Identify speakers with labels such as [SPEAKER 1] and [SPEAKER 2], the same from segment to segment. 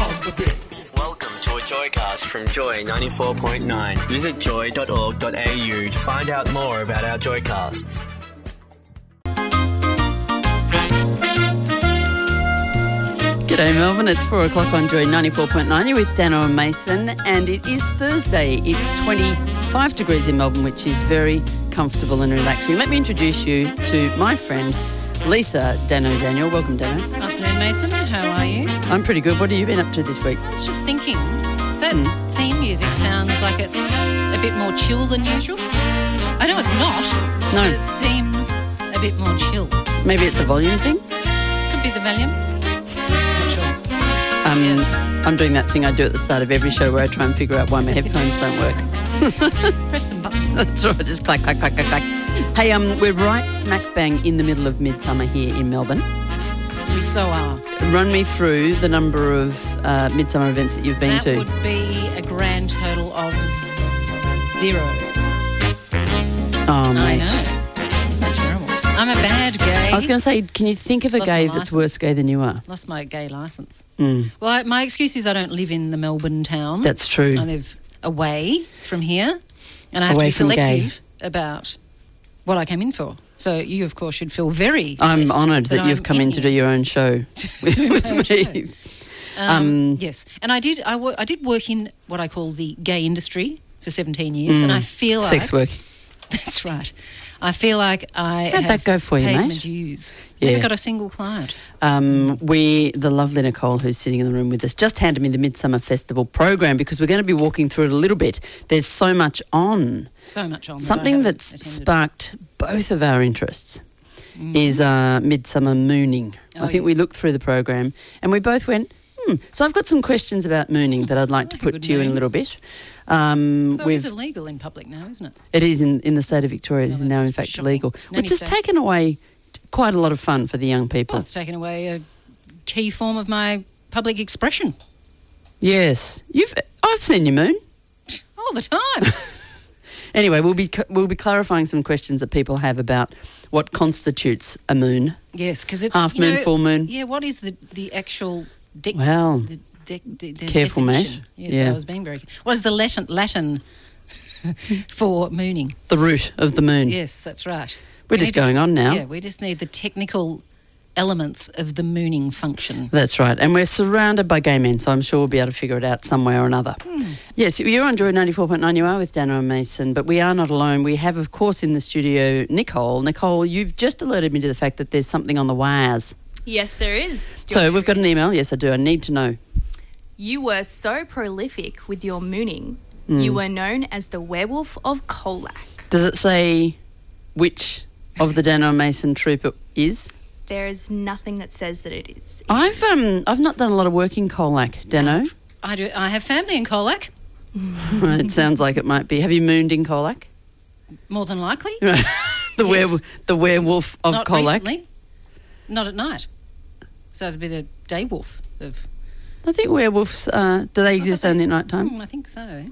[SPEAKER 1] with it.
[SPEAKER 2] Welcome to a Joycast from Joy 94.9. Visit joy.org.au to find out more about our Joycasts.
[SPEAKER 3] G'day Melbourne, it's 4 o'clock on Joy 94.9. You're with Dano and Mason, and it is Thursday. It's 25 degrees in Melbourne, which is very comfortable and relaxing. Let me introduce you to my friend Lisa Dano Daniel. Welcome, Dano.
[SPEAKER 4] Afternoon, Mason. How are you? I
[SPEAKER 3] I'm pretty good. What have you been up to this week?
[SPEAKER 4] was just thinking that theme music sounds like it's a bit more chill than usual. I know it's not,
[SPEAKER 3] No.
[SPEAKER 4] but it seems a bit more chill.
[SPEAKER 3] Maybe it's a volume thing?
[SPEAKER 4] Could be the volume. Not sure.
[SPEAKER 3] Um, I'm doing that thing I do at the start of every show where I try and figure out why my headphones don't work.
[SPEAKER 4] Press some buttons.
[SPEAKER 3] That's right, just clack, clack, clack, clack, clack. Hey, um, we're right smack bang in the middle of midsummer here in Melbourne.
[SPEAKER 4] we so are.
[SPEAKER 3] Run me through the number of uh, midsummer events that you've been
[SPEAKER 4] That
[SPEAKER 3] to.
[SPEAKER 4] would be a grand total of zero.
[SPEAKER 3] oh,
[SPEAKER 4] I
[SPEAKER 3] mate.
[SPEAKER 4] know. Isn't that terrible? I'm a bad gay.
[SPEAKER 3] I was going to say, can you think of a
[SPEAKER 4] Lost
[SPEAKER 3] gay
[SPEAKER 4] my
[SPEAKER 3] that's
[SPEAKER 4] licence.
[SPEAKER 3] worse gay than you are?
[SPEAKER 4] Lost my gay license. Well, I, my excuse is I don't live in the Melbourne town.
[SPEAKER 3] Mm. That's true.
[SPEAKER 4] I live away from here, and I have
[SPEAKER 3] Away
[SPEAKER 4] to
[SPEAKER 3] from
[SPEAKER 4] be
[SPEAKER 3] gay.
[SPEAKER 4] selective about what I came in for. So you, of course, should feel very.
[SPEAKER 3] I'm
[SPEAKER 4] blessed
[SPEAKER 3] honoured that, you've
[SPEAKER 4] I'm
[SPEAKER 3] come in to do your own show with, with me. Um,
[SPEAKER 4] Yes, and I did. I, wo- I did work in what I call the gay industry for 17 years, and I feel like
[SPEAKER 3] Mm. Sex work.
[SPEAKER 4] That's right. I feel like I
[SPEAKER 3] How'd that
[SPEAKER 4] have
[SPEAKER 3] go for you,
[SPEAKER 4] paid my
[SPEAKER 3] mate?
[SPEAKER 4] dues.
[SPEAKER 3] Yeah.
[SPEAKER 4] Never got a single client.
[SPEAKER 3] Um, we, the lovely Nicole, who's sitting in the room with us, just handed me the Midsummer Festival program because we're going to be walking through it a little bit. There's so much on.
[SPEAKER 4] So much on that I
[SPEAKER 3] Something
[SPEAKER 4] haven't
[SPEAKER 3] that's
[SPEAKER 4] attended. Mm-hmm.
[SPEAKER 3] sparked both of our interests is uh, midsummer mooning.
[SPEAKER 4] Oh,
[SPEAKER 3] I think we
[SPEAKER 4] yes.
[SPEAKER 3] looked through the program and we both went, hmm. So I've got some questions about mooning that I'd like to
[SPEAKER 4] like a
[SPEAKER 3] put
[SPEAKER 4] Oh, good
[SPEAKER 3] to you in a
[SPEAKER 4] moon.
[SPEAKER 3] little bit. Um,
[SPEAKER 4] Though it is
[SPEAKER 3] we've,
[SPEAKER 4] illegal in public now, isn't it?
[SPEAKER 3] it is in, in the state of Victoria. It
[SPEAKER 4] Oh,
[SPEAKER 3] is now,
[SPEAKER 4] that's
[SPEAKER 3] in fact,
[SPEAKER 4] shocking.
[SPEAKER 3] illegal,
[SPEAKER 4] Nanny
[SPEAKER 3] which has
[SPEAKER 4] state.
[SPEAKER 3] taken away t- quite a lot of fun for the young people.
[SPEAKER 4] Well, it's taken away a key form of my public expression.
[SPEAKER 3] yes, you've. I've seen your moon.
[SPEAKER 4] all the time.
[SPEAKER 3] Anyway, we'll be c- we'll be clarifying some questions that people have about what constitutes a moon.
[SPEAKER 4] yes, because it's
[SPEAKER 3] Half
[SPEAKER 4] you
[SPEAKER 3] moon,
[SPEAKER 4] know-
[SPEAKER 3] full moon.
[SPEAKER 4] Yeah, what is the the actual dec-
[SPEAKER 3] Well,
[SPEAKER 4] the dec- the- the
[SPEAKER 3] careful, mate.
[SPEAKER 4] definition? Yes,
[SPEAKER 3] Yeah.
[SPEAKER 4] I was being very. What is the Latin Latin for mooning?
[SPEAKER 3] The root of the moon.
[SPEAKER 4] Yes, that's right.
[SPEAKER 3] We're
[SPEAKER 4] We
[SPEAKER 3] just
[SPEAKER 4] need to-
[SPEAKER 3] going on now.
[SPEAKER 4] Yeah, we just need the technical elements of the mooning function.
[SPEAKER 3] That's right. And we're surrounded by gay men, so I'm sure we'll be able to figure it out some way or another.
[SPEAKER 4] Hmm.
[SPEAKER 3] Yes, you're on Joy 94.9. You are with Dana and Mason, but we are not alone. We have, of course, in the studio Nicole. Nicole, you've just alerted me to the fact that there's something on the wires.
[SPEAKER 5] Yes, there is. Do you
[SPEAKER 3] So
[SPEAKER 5] want me
[SPEAKER 3] we've
[SPEAKER 5] to
[SPEAKER 3] got an
[SPEAKER 5] read it?
[SPEAKER 3] email. Yes, I do. I need to know.
[SPEAKER 5] You were so prolific with your mooning.
[SPEAKER 4] Mm.
[SPEAKER 5] You were known as the werewolf of Colac.
[SPEAKER 3] Does it say which of the Dana and Mason troop it is?
[SPEAKER 5] There is nothing that says that it is.
[SPEAKER 3] I've um I've not done a lot of work in Colac, Dano.
[SPEAKER 4] I do. I have family in Colac,
[SPEAKER 3] it sounds like it might be. Have you mooned in Colac?
[SPEAKER 4] more than likely.
[SPEAKER 3] the werewolf,
[SPEAKER 4] Yes.
[SPEAKER 3] the werewolf of
[SPEAKER 4] Not
[SPEAKER 3] Colac.
[SPEAKER 4] recently. Not at night. So it'd be a day wolf of.
[SPEAKER 3] I think werewolves uh, do they exist
[SPEAKER 4] they-
[SPEAKER 3] only at night time?
[SPEAKER 4] Hmm, I think so.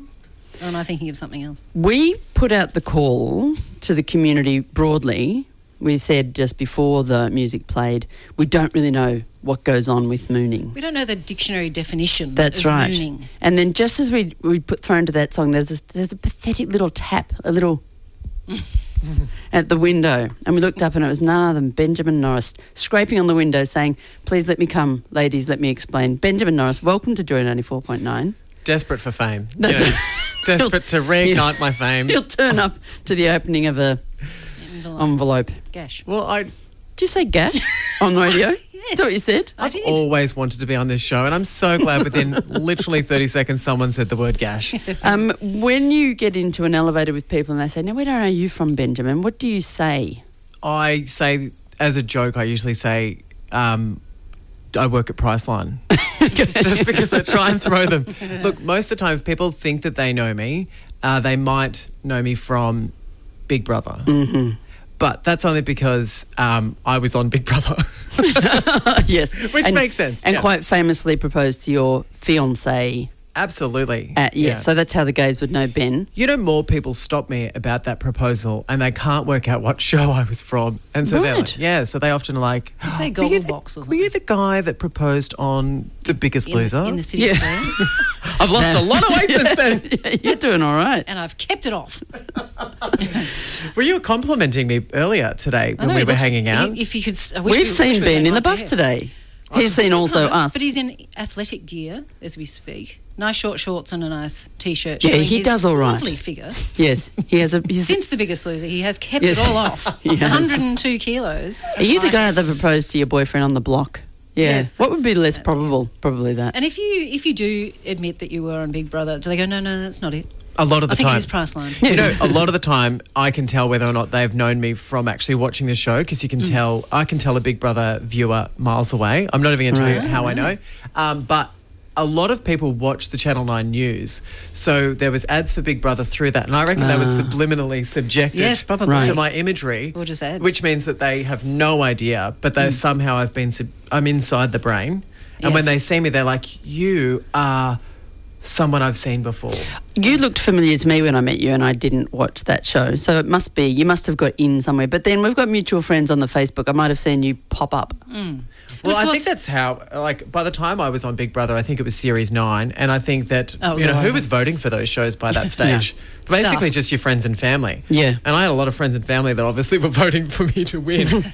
[SPEAKER 4] Or am I thinking of something else?
[SPEAKER 3] We put out the call to the community broadly. We said just before the music played, we don't really know what goes on with mooning.
[SPEAKER 4] We don't know the dictionary definition.
[SPEAKER 3] That's
[SPEAKER 4] of
[SPEAKER 3] right.
[SPEAKER 4] Mooning.
[SPEAKER 3] And then just as we we put thrown to that song, there's this, there's a pathetic little tap, a little at the window, and we looked up, and it was none other than Benjamin Norris scraping on the window, saying, "Please let me come, ladies, let me explain." Benjamin Norris, welcome to Joy ninety four point nine.
[SPEAKER 6] Desperate for fame. You
[SPEAKER 3] That's
[SPEAKER 6] know,
[SPEAKER 3] right.
[SPEAKER 6] desperate to reignite my fame.
[SPEAKER 3] He'll turn up to the opening of a
[SPEAKER 4] In the line.
[SPEAKER 3] envelope.
[SPEAKER 4] Gosh.
[SPEAKER 6] Well, I
[SPEAKER 3] Did you say gash on the radio? That's what you said.
[SPEAKER 4] I did.
[SPEAKER 6] always wanted to be on this show, and I'm so glad within literally 30 seconds someone said the word gash.
[SPEAKER 3] Um, when you get into an elevator with people and they say, "Now, where are you from, Benjamin?" What do you say?
[SPEAKER 6] I say, as a joke, I usually say, um, I work at Priceline. Just because I try and throw them. Look, most of the time, if people think that they know me, uh, they might know me from Big Brother. Mm-hmm. But that's only because um, I was on Big Brother.
[SPEAKER 3] yes,
[SPEAKER 6] Which makes sense,
[SPEAKER 3] And
[SPEAKER 6] yeah.
[SPEAKER 3] quite famously proposed to your fiance
[SPEAKER 6] Absolutely.
[SPEAKER 3] Uh, yes,
[SPEAKER 6] Yeah.
[SPEAKER 3] so that's how the gays would know Ben.
[SPEAKER 6] You know, more people stop me about that proposal and they can't work out what show I was from. And so they're
[SPEAKER 3] Right.
[SPEAKER 6] like, yeah, so they often are like,
[SPEAKER 4] You say
[SPEAKER 6] "Were you the-
[SPEAKER 4] Gogglebox or
[SPEAKER 6] Were you the guy that proposed on The Biggest
[SPEAKER 4] in,
[SPEAKER 6] Loser?
[SPEAKER 4] in the city
[SPEAKER 3] Yeah.
[SPEAKER 4] square,
[SPEAKER 6] I've lost a lot of weight since then.
[SPEAKER 3] You're doing all right.
[SPEAKER 4] and I've kept it off.
[SPEAKER 6] Were you complimenting me earlier today
[SPEAKER 4] I
[SPEAKER 6] when
[SPEAKER 4] know
[SPEAKER 6] we
[SPEAKER 4] he
[SPEAKER 6] were
[SPEAKER 4] looks-
[SPEAKER 6] hanging out?
[SPEAKER 4] i- If you could, s- I wish we-
[SPEAKER 3] We've
[SPEAKER 4] wish
[SPEAKER 3] seen
[SPEAKER 4] we were
[SPEAKER 3] Ben in the
[SPEAKER 4] like
[SPEAKER 3] buff
[SPEAKER 4] that.
[SPEAKER 3] today. He's seen also us.
[SPEAKER 4] But he's in athletic gear as we speak. Nice short shorts and a nice t-shirt.
[SPEAKER 3] Yeah,
[SPEAKER 4] showing
[SPEAKER 3] he
[SPEAKER 4] his
[SPEAKER 3] does all right.
[SPEAKER 4] Lovely figure.
[SPEAKER 3] yes, he has a. He's,
[SPEAKER 4] Since the biggest loser, he has kept
[SPEAKER 3] Yes.
[SPEAKER 4] it all off.
[SPEAKER 3] He has.
[SPEAKER 4] 102 kilos.
[SPEAKER 3] are you the guy that proposed to your boyfriend on the block? Yeah.
[SPEAKER 4] Yes,
[SPEAKER 3] what would be
[SPEAKER 4] that's-
[SPEAKER 3] less
[SPEAKER 4] that's
[SPEAKER 3] probable? Probably that.
[SPEAKER 4] And if you if you do admit that you were on Big Brother, do they go, no, no, that's not it?
[SPEAKER 6] a lot of the
[SPEAKER 4] I think
[SPEAKER 6] time.
[SPEAKER 4] it is Priceline.
[SPEAKER 6] You know, a lot of the time, I can tell whether or not they've known me from actually watching the show because you can
[SPEAKER 4] Mm.
[SPEAKER 6] tell. I can tell a Big Brother viewer miles away. I'm not even going to tell you how I know, um, but a lot of people watch the Channel Nine news, so there was ads for Big Brother through that, and I reckon they were subliminally subjected
[SPEAKER 4] Ah. Yes, probably.
[SPEAKER 6] to
[SPEAKER 4] Right.
[SPEAKER 6] my imagery,
[SPEAKER 4] Or just ads. Mm.
[SPEAKER 6] which means that they have no idea, but they somehow I've been. Sub- I'm inside the brain, and when
[SPEAKER 4] Yes.
[SPEAKER 6] they see me, they're like, "You are." Someone I've seen before.
[SPEAKER 3] You looked familiar to me when I met you, and I didn't watch that show. So it must be you must have got in somewhere. But then we've got mutual friends on the Facebook. I might have seen you pop up.
[SPEAKER 6] Well,
[SPEAKER 4] of
[SPEAKER 6] I
[SPEAKER 4] course-
[SPEAKER 6] think that's how. Like by the time I was on Big Brother, I think it was Series Nine, and I think that
[SPEAKER 4] Oh, it was
[SPEAKER 6] you know
[SPEAKER 4] all
[SPEAKER 6] who
[SPEAKER 4] over.
[SPEAKER 6] was voting for those shows by that stage. Basically,
[SPEAKER 4] Staff.
[SPEAKER 6] just your friends and family.
[SPEAKER 3] Yeah.
[SPEAKER 6] and I had a lot of friends and family that obviously were voting for me to win.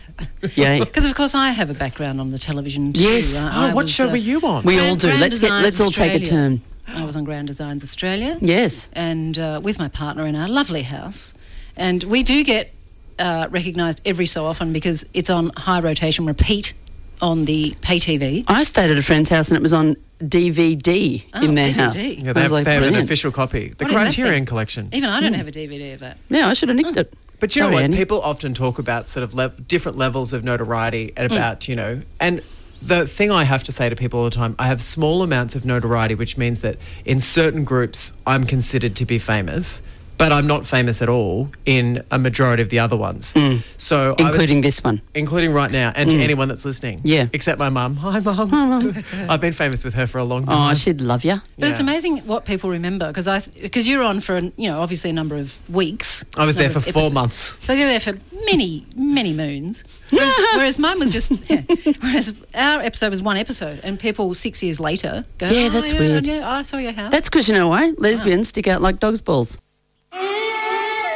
[SPEAKER 3] Yeah,
[SPEAKER 4] Because of course I have a background on the television. Too.
[SPEAKER 3] Yes.
[SPEAKER 6] oh,
[SPEAKER 4] I
[SPEAKER 6] what
[SPEAKER 4] was,
[SPEAKER 6] show
[SPEAKER 4] uh,
[SPEAKER 6] were you on?
[SPEAKER 3] we
[SPEAKER 4] Grand-
[SPEAKER 3] all do.
[SPEAKER 4] Grand
[SPEAKER 3] Let's get,
[SPEAKER 4] Designs
[SPEAKER 3] let's all take a
[SPEAKER 4] Australia.
[SPEAKER 3] turn.
[SPEAKER 4] I was on Grand Designs Australia.
[SPEAKER 3] Yes.
[SPEAKER 4] And uh, with my partner in our lovely house. And we do get uh, recognised every so often because it's on high rotation repeat on the pay TV.
[SPEAKER 3] I stayed at a friend's house and it was on DVD
[SPEAKER 4] Oh,
[SPEAKER 3] in their
[SPEAKER 4] DVD.
[SPEAKER 3] house.
[SPEAKER 6] yeah,
[SPEAKER 3] I
[SPEAKER 6] they
[SPEAKER 3] was
[SPEAKER 6] have,
[SPEAKER 3] like,
[SPEAKER 6] they have an
[SPEAKER 3] brilliant.
[SPEAKER 6] official copy, the
[SPEAKER 4] What is that
[SPEAKER 6] Criterion
[SPEAKER 4] thing?
[SPEAKER 6] Collection.
[SPEAKER 4] Even I don't have a DVD of that.
[SPEAKER 3] Yeah, I should have nicked it.
[SPEAKER 6] But you
[SPEAKER 3] Sorry,
[SPEAKER 6] know what?
[SPEAKER 3] Annie.
[SPEAKER 6] People often talk about sort of le- different levels of notoriety
[SPEAKER 3] Mm.
[SPEAKER 6] and about, you know, and the thing I have to say to people all the time, I have small amounts of notoriety, which means that in certain groups, I'm considered to be famous, but I'm not famous at all in a majority of the other ones. So, I would-
[SPEAKER 3] Mm. Including this one. Mm.
[SPEAKER 6] Including right now, and to anyone that's listening.
[SPEAKER 3] Yeah.
[SPEAKER 6] Except my mum. Hi, mum. I've been famous with her for a long
[SPEAKER 3] Oh,
[SPEAKER 6] time.
[SPEAKER 3] she'd love you.
[SPEAKER 4] But it's
[SPEAKER 6] Yeah.
[SPEAKER 4] amazing what people remember because I because you're on for you know obviously a number of weeks.
[SPEAKER 6] I was there
[SPEAKER 4] number
[SPEAKER 6] for
[SPEAKER 4] of
[SPEAKER 6] four
[SPEAKER 4] episodes.
[SPEAKER 6] months.
[SPEAKER 4] So you're there for many many moons. Whereas, whereas mine was just yeah, whereas our episode was one episode, and people six years later go,
[SPEAKER 3] Yeah,
[SPEAKER 4] "Oh,
[SPEAKER 3] that's weird.
[SPEAKER 4] Yeah, I saw your house.
[SPEAKER 3] That's because you know why? Lesbians stick out like dog's balls.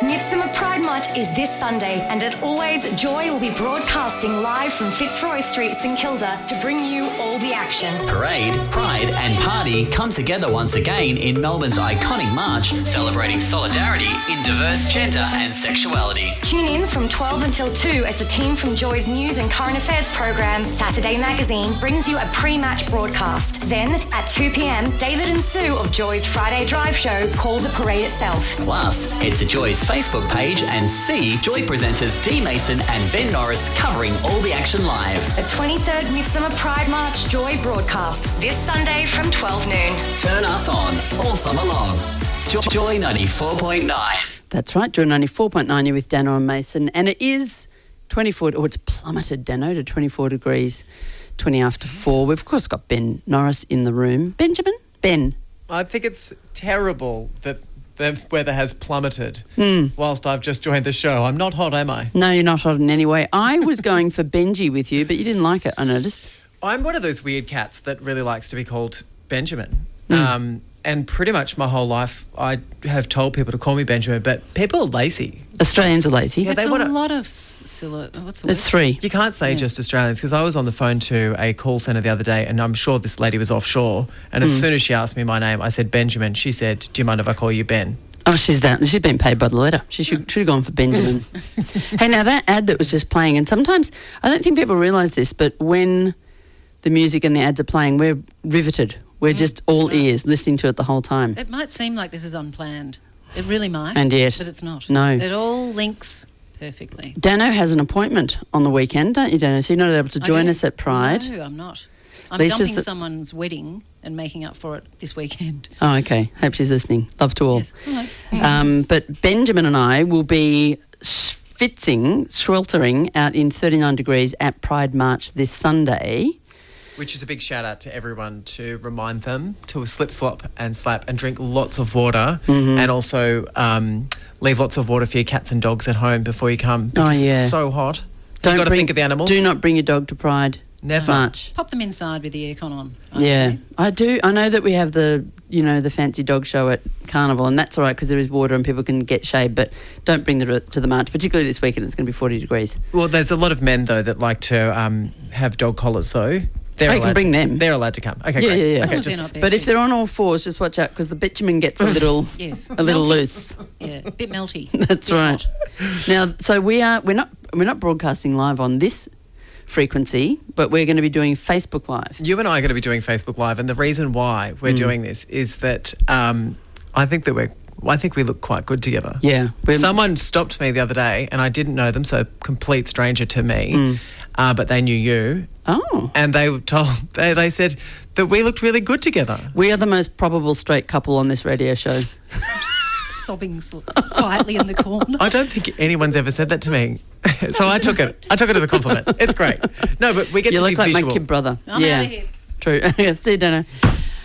[SPEAKER 1] Nipsima Pride March is this Sunday, and as always, Joy will be broadcasting live from Fitzroy Street, St Kilda, to bring you all the action.
[SPEAKER 7] Parade, Pride, and Party come together once again in Melbourne's iconic march, celebrating solidarity in diverse gender and sexuality.
[SPEAKER 1] Tune in from 12 until 2 as the team from Joy's News and Current Affairs program, Saturday Magazine, brings you a pre match broadcast. Then, at 2 pm, David and Sue of Joy's Friday Drive show call the parade itself.
[SPEAKER 7] Plus, head to Joy's Facebook page and see Joy presenters Dee Mason and Ben Norris covering all the action live.
[SPEAKER 1] The 23rd Midsummer Pride March Joy broadcast, this Sunday from 12 noon.
[SPEAKER 7] Turn us on all summer long. Jo- Joy 94.9.
[SPEAKER 3] That's right. Joy 94.9, you're with Dano and Mason. And it is 24, oh, it's plummeted, Dano, to 24 degrees, 20 after 4. We've, of course, got Ben Norris in the room. Benjamin? Ben.
[SPEAKER 6] I think it's terrible that the weather has plummeted whilst I've just joined the show. I'm not hot, am I?
[SPEAKER 3] No, you're not hot in any way. I was going for Benji with you, but you didn't like it, I noticed.
[SPEAKER 6] I'm one of those weird cats that really likes to be called Benjamin. Um, and pretty much my whole life, I have told people to call me Benjamin, but people are lazy.
[SPEAKER 3] Australians are lazy.
[SPEAKER 6] Yeah,
[SPEAKER 4] it's
[SPEAKER 6] they
[SPEAKER 4] a
[SPEAKER 6] wanna-
[SPEAKER 4] lot of s- silo- what's the word?
[SPEAKER 3] There's three.
[SPEAKER 6] You can't say just Australians because I was on the phone to a call center the other day, and I'm sure this lady was offshore. And as soon as she asked me my name, I said Benjamin. She said, "Do you mind if I call you Ben?"
[SPEAKER 3] Oh, she's that. She's been paid by the letter. She
[SPEAKER 4] Mm.
[SPEAKER 3] should, should have gone for Benjamin. hey, now that ad that was just playing, and sometimes I don't think people realise this, but when the music and the ads are playing, we're riveted. We're just all ears, listening to it the whole time.
[SPEAKER 4] Mm. It might seem like this is unplanned. It really might.
[SPEAKER 3] And yet-
[SPEAKER 4] but it's not.
[SPEAKER 3] no.
[SPEAKER 4] it all links perfectly.
[SPEAKER 3] Dano has an appointment on the weekend, don't you, Dano? So you're not able to
[SPEAKER 4] I
[SPEAKER 3] join
[SPEAKER 4] don't-
[SPEAKER 3] us at Pride.
[SPEAKER 4] No, I'm not. I'm
[SPEAKER 3] Lisa's
[SPEAKER 4] dumping
[SPEAKER 3] the-
[SPEAKER 4] someone's wedding and making up for it this weekend.
[SPEAKER 3] Oh, okay. Hope she's listening. Love to all.
[SPEAKER 4] Yes. Hello.
[SPEAKER 3] Um, but Benjamin and I will be schwitzing, sweltering out in 39 degrees at Pride March this Sunday.
[SPEAKER 6] Which is a big shout out to everyone to remind them to slip, slop, and slap and drink lots of water and also um, leave lots of water for your cats and dogs at home before you come. because
[SPEAKER 3] yeah.
[SPEAKER 6] It's so hot. You've got to
[SPEAKER 3] bring-
[SPEAKER 6] think of the animals.
[SPEAKER 3] Do not bring your dog to Pride.
[SPEAKER 6] Never.
[SPEAKER 3] March.
[SPEAKER 4] Pop them inside with the aircon on.
[SPEAKER 3] Yeah, I do. I know that we have the you know the fancy dog show at Carnival, and that's all right because there is water and people can get shade. But don't bring the to the march, particularly this weekend. It's going to be forty degrees.
[SPEAKER 6] Well, there's a lot of men though that like to um, have dog collars though. They're
[SPEAKER 3] Oh, you can
[SPEAKER 6] allowed
[SPEAKER 3] bring
[SPEAKER 6] to-
[SPEAKER 3] them.
[SPEAKER 6] They're allowed to come. Okay,
[SPEAKER 3] Yeah,
[SPEAKER 6] great.
[SPEAKER 3] yeah, yeah.
[SPEAKER 6] Okay,
[SPEAKER 4] As long as
[SPEAKER 6] just-
[SPEAKER 4] they're not
[SPEAKER 3] But if they're on all fours, just watch out because the bitumen gets a little
[SPEAKER 4] Yes.
[SPEAKER 3] a little
[SPEAKER 4] Melty.
[SPEAKER 3] loose.
[SPEAKER 4] Yeah, a bit melty.
[SPEAKER 3] That's
[SPEAKER 4] Bit
[SPEAKER 3] right.
[SPEAKER 4] hot.
[SPEAKER 3] Now, so we are we're not we're not broadcasting live on this frequency, but we're going to be doing Facebook Live.
[SPEAKER 6] You and I are going to be doing Facebook Live, and the reason why we're
[SPEAKER 3] Mm.
[SPEAKER 6] doing this is that um, I think that we're. I think we look quite good together.
[SPEAKER 3] Yeah, we're-
[SPEAKER 6] Someone stopped me the other day, and I didn't know them, so complete stranger to me. Uh, but they knew you,
[SPEAKER 3] Mm. Oh,
[SPEAKER 6] and they were told they, they said that we looked really good together.
[SPEAKER 3] we are the most probable straight couple on this radio show.
[SPEAKER 4] Sobbing sl- quietly in the corner.
[SPEAKER 6] I don't think anyone's ever said that to me, so I took it. I took it as a compliment. It's great. No, but we get
[SPEAKER 3] You
[SPEAKER 6] to
[SPEAKER 3] look
[SPEAKER 6] be
[SPEAKER 3] like
[SPEAKER 6] visual.
[SPEAKER 3] my kid brother.
[SPEAKER 4] I'm
[SPEAKER 3] yeah,
[SPEAKER 4] outta here.
[SPEAKER 3] true. Yeah, See, Dana,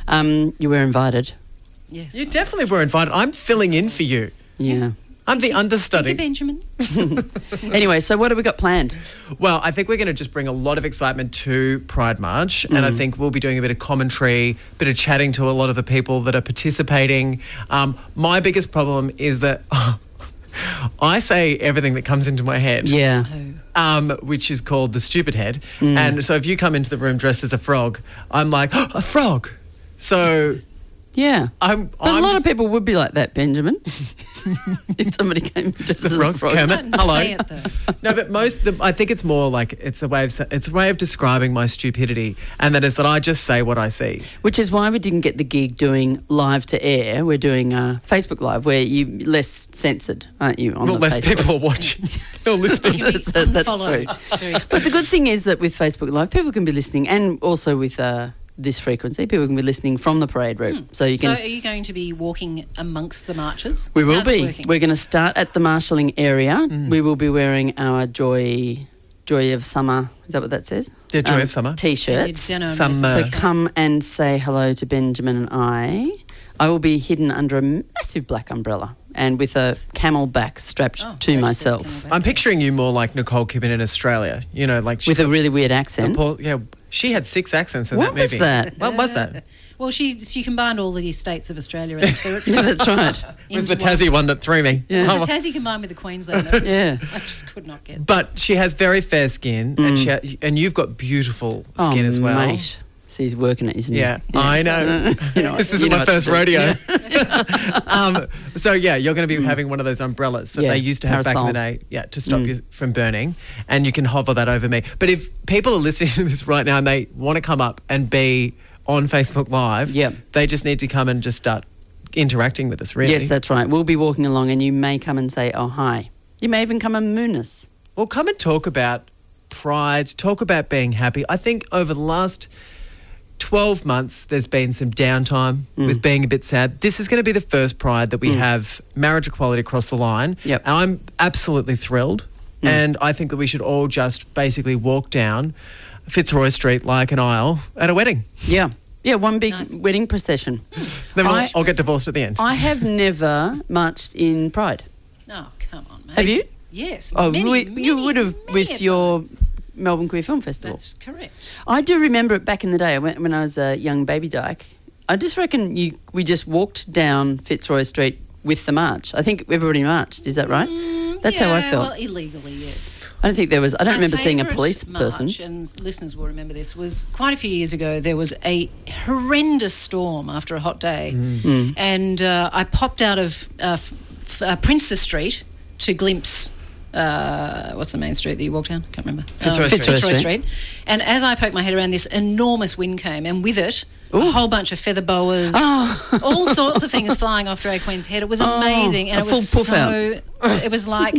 [SPEAKER 3] um, you were invited.
[SPEAKER 4] Yes.
[SPEAKER 6] You definitely were invited. I'm filling in for you.
[SPEAKER 3] Yeah.
[SPEAKER 6] I'm the
[SPEAKER 4] Hey,
[SPEAKER 6] understudy.
[SPEAKER 4] Benjamin.
[SPEAKER 3] Anyway, so what have we got planned?
[SPEAKER 6] Well, I think we're going to just bring a lot of excitement to Pride March, and
[SPEAKER 3] Mm.
[SPEAKER 6] I think we'll be doing a bit of commentary, bit of chatting to a lot of the people that are participating. Um, my biggest problem is that I say everything that comes into my head.
[SPEAKER 3] Yeah. Mm.
[SPEAKER 6] Um, which is called the stupid head. And so if you come into the room dressed as a frog, I'm like, "Oh, a frog. So
[SPEAKER 3] Yeah.
[SPEAKER 6] I'm.
[SPEAKER 3] but
[SPEAKER 6] I'm
[SPEAKER 3] a lot
[SPEAKER 6] just-
[SPEAKER 3] of people would be like that, Benjamin. if somebody came just as a
[SPEAKER 6] Frog's
[SPEAKER 3] frog.
[SPEAKER 6] Kermit.
[SPEAKER 4] Don't
[SPEAKER 6] Hello.
[SPEAKER 4] say it, though.
[SPEAKER 6] No, but most. The, I think it's more like it's a way of sa- it's a way of describing my stupidity, and that is that I just say what I see.
[SPEAKER 3] Which is why we didn't get the gig doing live to air. We're doing uh, Facebook Live, where you less censored, aren't you? On
[SPEAKER 6] Well,
[SPEAKER 3] the
[SPEAKER 6] less
[SPEAKER 3] Facebook.
[SPEAKER 6] people are watching or listening.
[SPEAKER 4] You'll be
[SPEAKER 3] That's- that's
[SPEAKER 4] unfollowed
[SPEAKER 3] true.
[SPEAKER 4] very soon.
[SPEAKER 3] But the good thing is that with Facebook Live, people can be listening, and also with uh, this frequency, people can be listening from the parade route. So you
[SPEAKER 4] Hmm. So
[SPEAKER 3] can.
[SPEAKER 4] are you going to be walking amongst the marches?
[SPEAKER 3] we will
[SPEAKER 4] How's
[SPEAKER 3] be.
[SPEAKER 4] It working?
[SPEAKER 3] We're going to start at the marshalling area.
[SPEAKER 6] Mm.
[SPEAKER 3] We will be wearing our joy, joy of summer. Is that what that says? Um,
[SPEAKER 6] Yeah, Joy of Summer.
[SPEAKER 3] T-shirts.
[SPEAKER 4] Your denim
[SPEAKER 6] Some,
[SPEAKER 4] is-
[SPEAKER 6] uh,
[SPEAKER 3] So come and say hello to Benjamin and I. I will be hidden under a massive black umbrella and with a camel back strapped
[SPEAKER 4] Oh,
[SPEAKER 3] to
[SPEAKER 4] I
[SPEAKER 3] myself
[SPEAKER 6] I'm picturing you more like Nicole Kidman in Australia. You know, like she,
[SPEAKER 3] with a really weird accent.
[SPEAKER 6] Paul, yeah, she had six accents in
[SPEAKER 3] What
[SPEAKER 6] that movie.
[SPEAKER 3] was that?
[SPEAKER 6] What was that?
[SPEAKER 4] Well, she she combined all the states of Australia and territory.
[SPEAKER 3] yeah, that's right.
[SPEAKER 6] It was
[SPEAKER 4] into
[SPEAKER 6] the Tassie one that threw me.
[SPEAKER 4] It
[SPEAKER 6] Oh,
[SPEAKER 4] was the Tassie combined with the Queensland. though.
[SPEAKER 3] Yeah.
[SPEAKER 4] I just could not get.
[SPEAKER 6] but she has very fair skin, and she ha- and you've got beautiful skin
[SPEAKER 3] Mm. oh,
[SPEAKER 6] as well.
[SPEAKER 3] mate. So he's working it, isn't he?
[SPEAKER 6] Yeah,
[SPEAKER 3] Yes. Uh,
[SPEAKER 6] I know.
[SPEAKER 3] You know what-
[SPEAKER 6] this
[SPEAKER 3] you
[SPEAKER 6] isn't
[SPEAKER 3] know
[SPEAKER 6] my
[SPEAKER 3] what to
[SPEAKER 6] first
[SPEAKER 3] do.
[SPEAKER 6] rodeo.
[SPEAKER 3] Yeah. Mm.
[SPEAKER 6] um, so yeah, you're going to be having one of those umbrellas that
[SPEAKER 3] Yeah,
[SPEAKER 6] they used to have back in the
[SPEAKER 3] parasol.
[SPEAKER 6] day, yeah, to stop
[SPEAKER 3] Mm.
[SPEAKER 6] you from burning, and you can hover that over me. But if people are listening to this right now and they want to come up and be on Facebook Live,
[SPEAKER 3] Yep.
[SPEAKER 6] they just need to come and just start interacting with us. Really,
[SPEAKER 3] Yes, that's right. We'll be walking along and you may come and say, oh, hi. You may even come and moon us.
[SPEAKER 6] Well, come and talk about pride, talk about being happy. I think over the last 12 months, there's been some downtime
[SPEAKER 3] Mm.
[SPEAKER 6] with being a bit sad. This is going to be the first pride that we have marriage equality across the line.
[SPEAKER 3] Yep. Mm.
[SPEAKER 6] And I'm absolutely thrilled. And I think that we should all just basically walk down Fitzroy Street like an aisle at a wedding.
[SPEAKER 3] Yeah. Yeah, one big
[SPEAKER 4] Nice.
[SPEAKER 3] wedding procession.
[SPEAKER 6] Then we'll
[SPEAKER 3] I-
[SPEAKER 6] all get divorced at the end.
[SPEAKER 3] I have never marched in Pride.
[SPEAKER 4] Oh come on, mate.
[SPEAKER 3] Have you?
[SPEAKER 4] Yes.
[SPEAKER 3] Oh,
[SPEAKER 4] many,
[SPEAKER 3] we- you
[SPEAKER 4] many,
[SPEAKER 3] would have
[SPEAKER 4] many a
[SPEAKER 3] with
[SPEAKER 4] time.
[SPEAKER 3] your Melbourne Queer Film Festival.
[SPEAKER 4] That's correct.
[SPEAKER 3] I do remember it back in the day when, when I was a young baby dyke. I just reckon you, we just walked down Fitzroy Street with the march. I think everybody marched. Is that right? That's how I
[SPEAKER 4] Mm, Yeah,
[SPEAKER 3] felt.
[SPEAKER 4] Well, illegally, yes.
[SPEAKER 3] I don't think there was. I don't
[SPEAKER 4] My
[SPEAKER 3] remember seeing a
[SPEAKER 4] favourite
[SPEAKER 3] police person.
[SPEAKER 4] march, And listeners will remember this was quite a few years ago. There was a horrendous storm after a hot day,
[SPEAKER 6] Mm.
[SPEAKER 3] Mm.
[SPEAKER 4] and uh, I popped out of uh, f- f- uh, Princess Street to glimpse. Uh, what's the main street that you walk down? Can't remember. Oh,
[SPEAKER 6] Fitzroy Street.
[SPEAKER 4] Fitzroy
[SPEAKER 3] Fitzroy
[SPEAKER 4] Street. And as I poked my head around, this enormous wind came, and with it, a whole bunch of feather boas,
[SPEAKER 3] Oh.
[SPEAKER 4] all sorts of things flying off drag queen's head. It was amazing, and
[SPEAKER 3] a
[SPEAKER 4] it was
[SPEAKER 3] full puff out.
[SPEAKER 4] so. It was like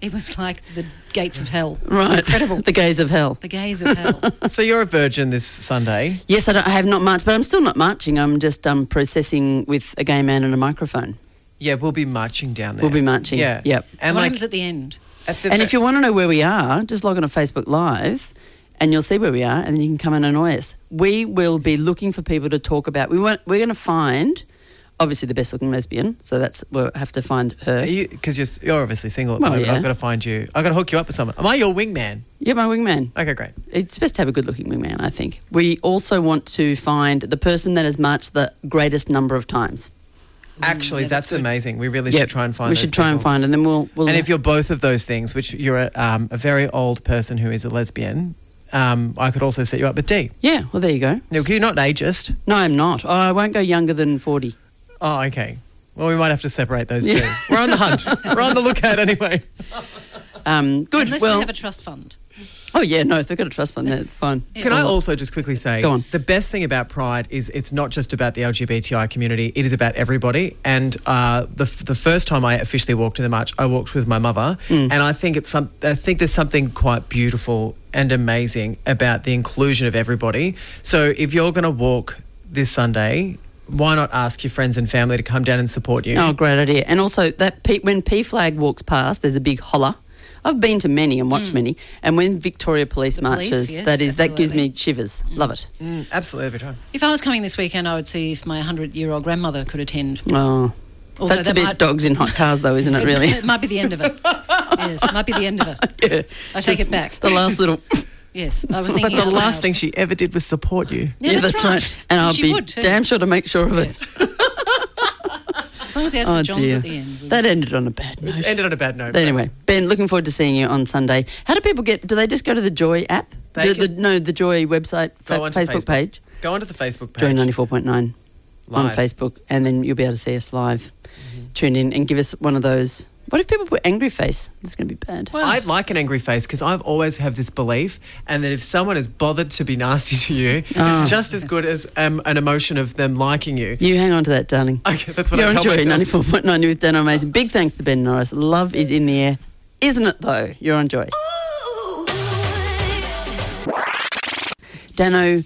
[SPEAKER 4] it was like the gates of hell. It was
[SPEAKER 3] Right.
[SPEAKER 4] incredible.
[SPEAKER 3] the gaze of hell.
[SPEAKER 4] The gaze of hell.
[SPEAKER 6] so you're a virgin this Sunday.
[SPEAKER 3] Yes, I, don't, I have not marched, but I'm still not marching. I'm just um, processing with a gay man and a microphone.
[SPEAKER 6] Yeah, we'll be marching down there.
[SPEAKER 3] We'll be marching,
[SPEAKER 6] Yeah.
[SPEAKER 3] yep.
[SPEAKER 6] And
[SPEAKER 4] what
[SPEAKER 6] like
[SPEAKER 4] happens at the end?
[SPEAKER 6] at the
[SPEAKER 3] and if you want to know where we are, just log on to Facebook Live and you'll see where we are, and then you can come and annoy us. We will be looking for people to talk about. We want, we're going to find, obviously, the best looking lesbian. So that's we'll have to find her.
[SPEAKER 6] Because you, are you're obviously single at the
[SPEAKER 3] Well,
[SPEAKER 6] moment.
[SPEAKER 3] yeah.
[SPEAKER 6] I've got to find you. I've got to hook you up with someone. Am I your wingman?
[SPEAKER 3] You're my wingman.
[SPEAKER 6] Okay, great.
[SPEAKER 3] It's best to have a good looking wingman, I think. We also want to find the person that has marched the greatest number of times.
[SPEAKER 6] Actually, that's, amazing. We really
[SPEAKER 3] Yeah,
[SPEAKER 6] should try and find.
[SPEAKER 3] We
[SPEAKER 6] those
[SPEAKER 3] should try and
[SPEAKER 6] people.
[SPEAKER 3] find, and then we'll. we'll
[SPEAKER 6] And if you're both of those things, which you're a, um, a very old person who is a lesbian, um, I could also set you up with D.
[SPEAKER 3] yeah, well, there you go.
[SPEAKER 6] No, you're not an ageist.
[SPEAKER 3] No, I'm not. Oh, I won't go younger than forty.
[SPEAKER 6] Oh, okay. Well, we might have to separate those two.
[SPEAKER 3] Yeah.
[SPEAKER 6] We're on the hunt. We're on the lookout anyway.
[SPEAKER 3] Um, good.
[SPEAKER 4] Unless
[SPEAKER 3] well,
[SPEAKER 4] they have a trust fund.
[SPEAKER 3] oh yeah, no, if they've got a trust fund, they're fine. Oh,
[SPEAKER 6] Can I also just quickly say
[SPEAKER 3] Mm. Go on.
[SPEAKER 6] the best thing about Pride is it's not just about the LGBTI community, it is about everybody. And uh, the, f- the first time I officially walked in the march, I walked with my mother.
[SPEAKER 3] Mm.
[SPEAKER 6] And I think, it's some, I think there's something quite beautiful and amazing about the inclusion of everybody. So if you're going to walk this Sunday, why not ask your friends and family to come down and support you?
[SPEAKER 3] Oh, great idea. And also that P, when P flag walks past, there's a big holler. I've been to many and watched many, and when Victoria Police
[SPEAKER 4] Mm. police,
[SPEAKER 3] marches,
[SPEAKER 4] yes,
[SPEAKER 3] that is that gives me
[SPEAKER 4] absolutely.
[SPEAKER 3] shivers. Love it.
[SPEAKER 6] Mm, absolutely, every time.
[SPEAKER 4] If I was coming this weekend, I would see if my 100 year old grandmother could attend.
[SPEAKER 3] Oh,
[SPEAKER 4] Although
[SPEAKER 3] that's
[SPEAKER 4] that
[SPEAKER 3] a bit
[SPEAKER 4] might-
[SPEAKER 3] dogs in hot cars, though, isn't it? Really.
[SPEAKER 4] It might be the end of it. yes, it might be the end of it.
[SPEAKER 3] Yeah.
[SPEAKER 4] I take
[SPEAKER 3] Just
[SPEAKER 4] it back.
[SPEAKER 3] The last little.
[SPEAKER 4] Yes, I was
[SPEAKER 6] But
[SPEAKER 4] thinking.
[SPEAKER 6] the
[SPEAKER 4] out
[SPEAKER 6] last
[SPEAKER 4] loud.
[SPEAKER 6] thing she ever did was support you.
[SPEAKER 4] Yeah, that's, right.
[SPEAKER 3] And I'll
[SPEAKER 4] she
[SPEAKER 3] be
[SPEAKER 4] would too.
[SPEAKER 3] damn sure to make sure of it.
[SPEAKER 4] As long as he has
[SPEAKER 3] Oh
[SPEAKER 4] St. John's
[SPEAKER 3] dear.
[SPEAKER 4] at the end.
[SPEAKER 3] That ended on a bad note.
[SPEAKER 6] Ended on a bad note.
[SPEAKER 3] But anyway, Ben, looking forward to seeing you on Sunday. How do people get? Do they just go to the Joy app?
[SPEAKER 6] They
[SPEAKER 3] Do the,
[SPEAKER 6] can-
[SPEAKER 3] no, the Joy website, fa-
[SPEAKER 6] Go onto
[SPEAKER 3] Facebook, page,
[SPEAKER 6] Go onto the Facebook page.
[SPEAKER 3] Joy ninety four point nine on
[SPEAKER 6] Live. Mm-hmm.
[SPEAKER 3] Facebook, and then you'll be able to see us live. Tune in and give us one of those. What if people put angry face? It's going to be bad.
[SPEAKER 6] I'd like an angry face because I've always have this belief, and that if someone is bothered to be nasty to you,
[SPEAKER 3] Ah.
[SPEAKER 6] it's just as good as um, an emotion of them liking you.
[SPEAKER 3] You hang on to that, darling.
[SPEAKER 6] Okay, that's what
[SPEAKER 3] You're
[SPEAKER 6] I
[SPEAKER 3] on
[SPEAKER 6] tell
[SPEAKER 3] Joy
[SPEAKER 6] myself.
[SPEAKER 3] 94.9 with Dan Mason. Big thanks to Ben Norris. Love is in the air, isn't it, though? You're on Joy. Dano,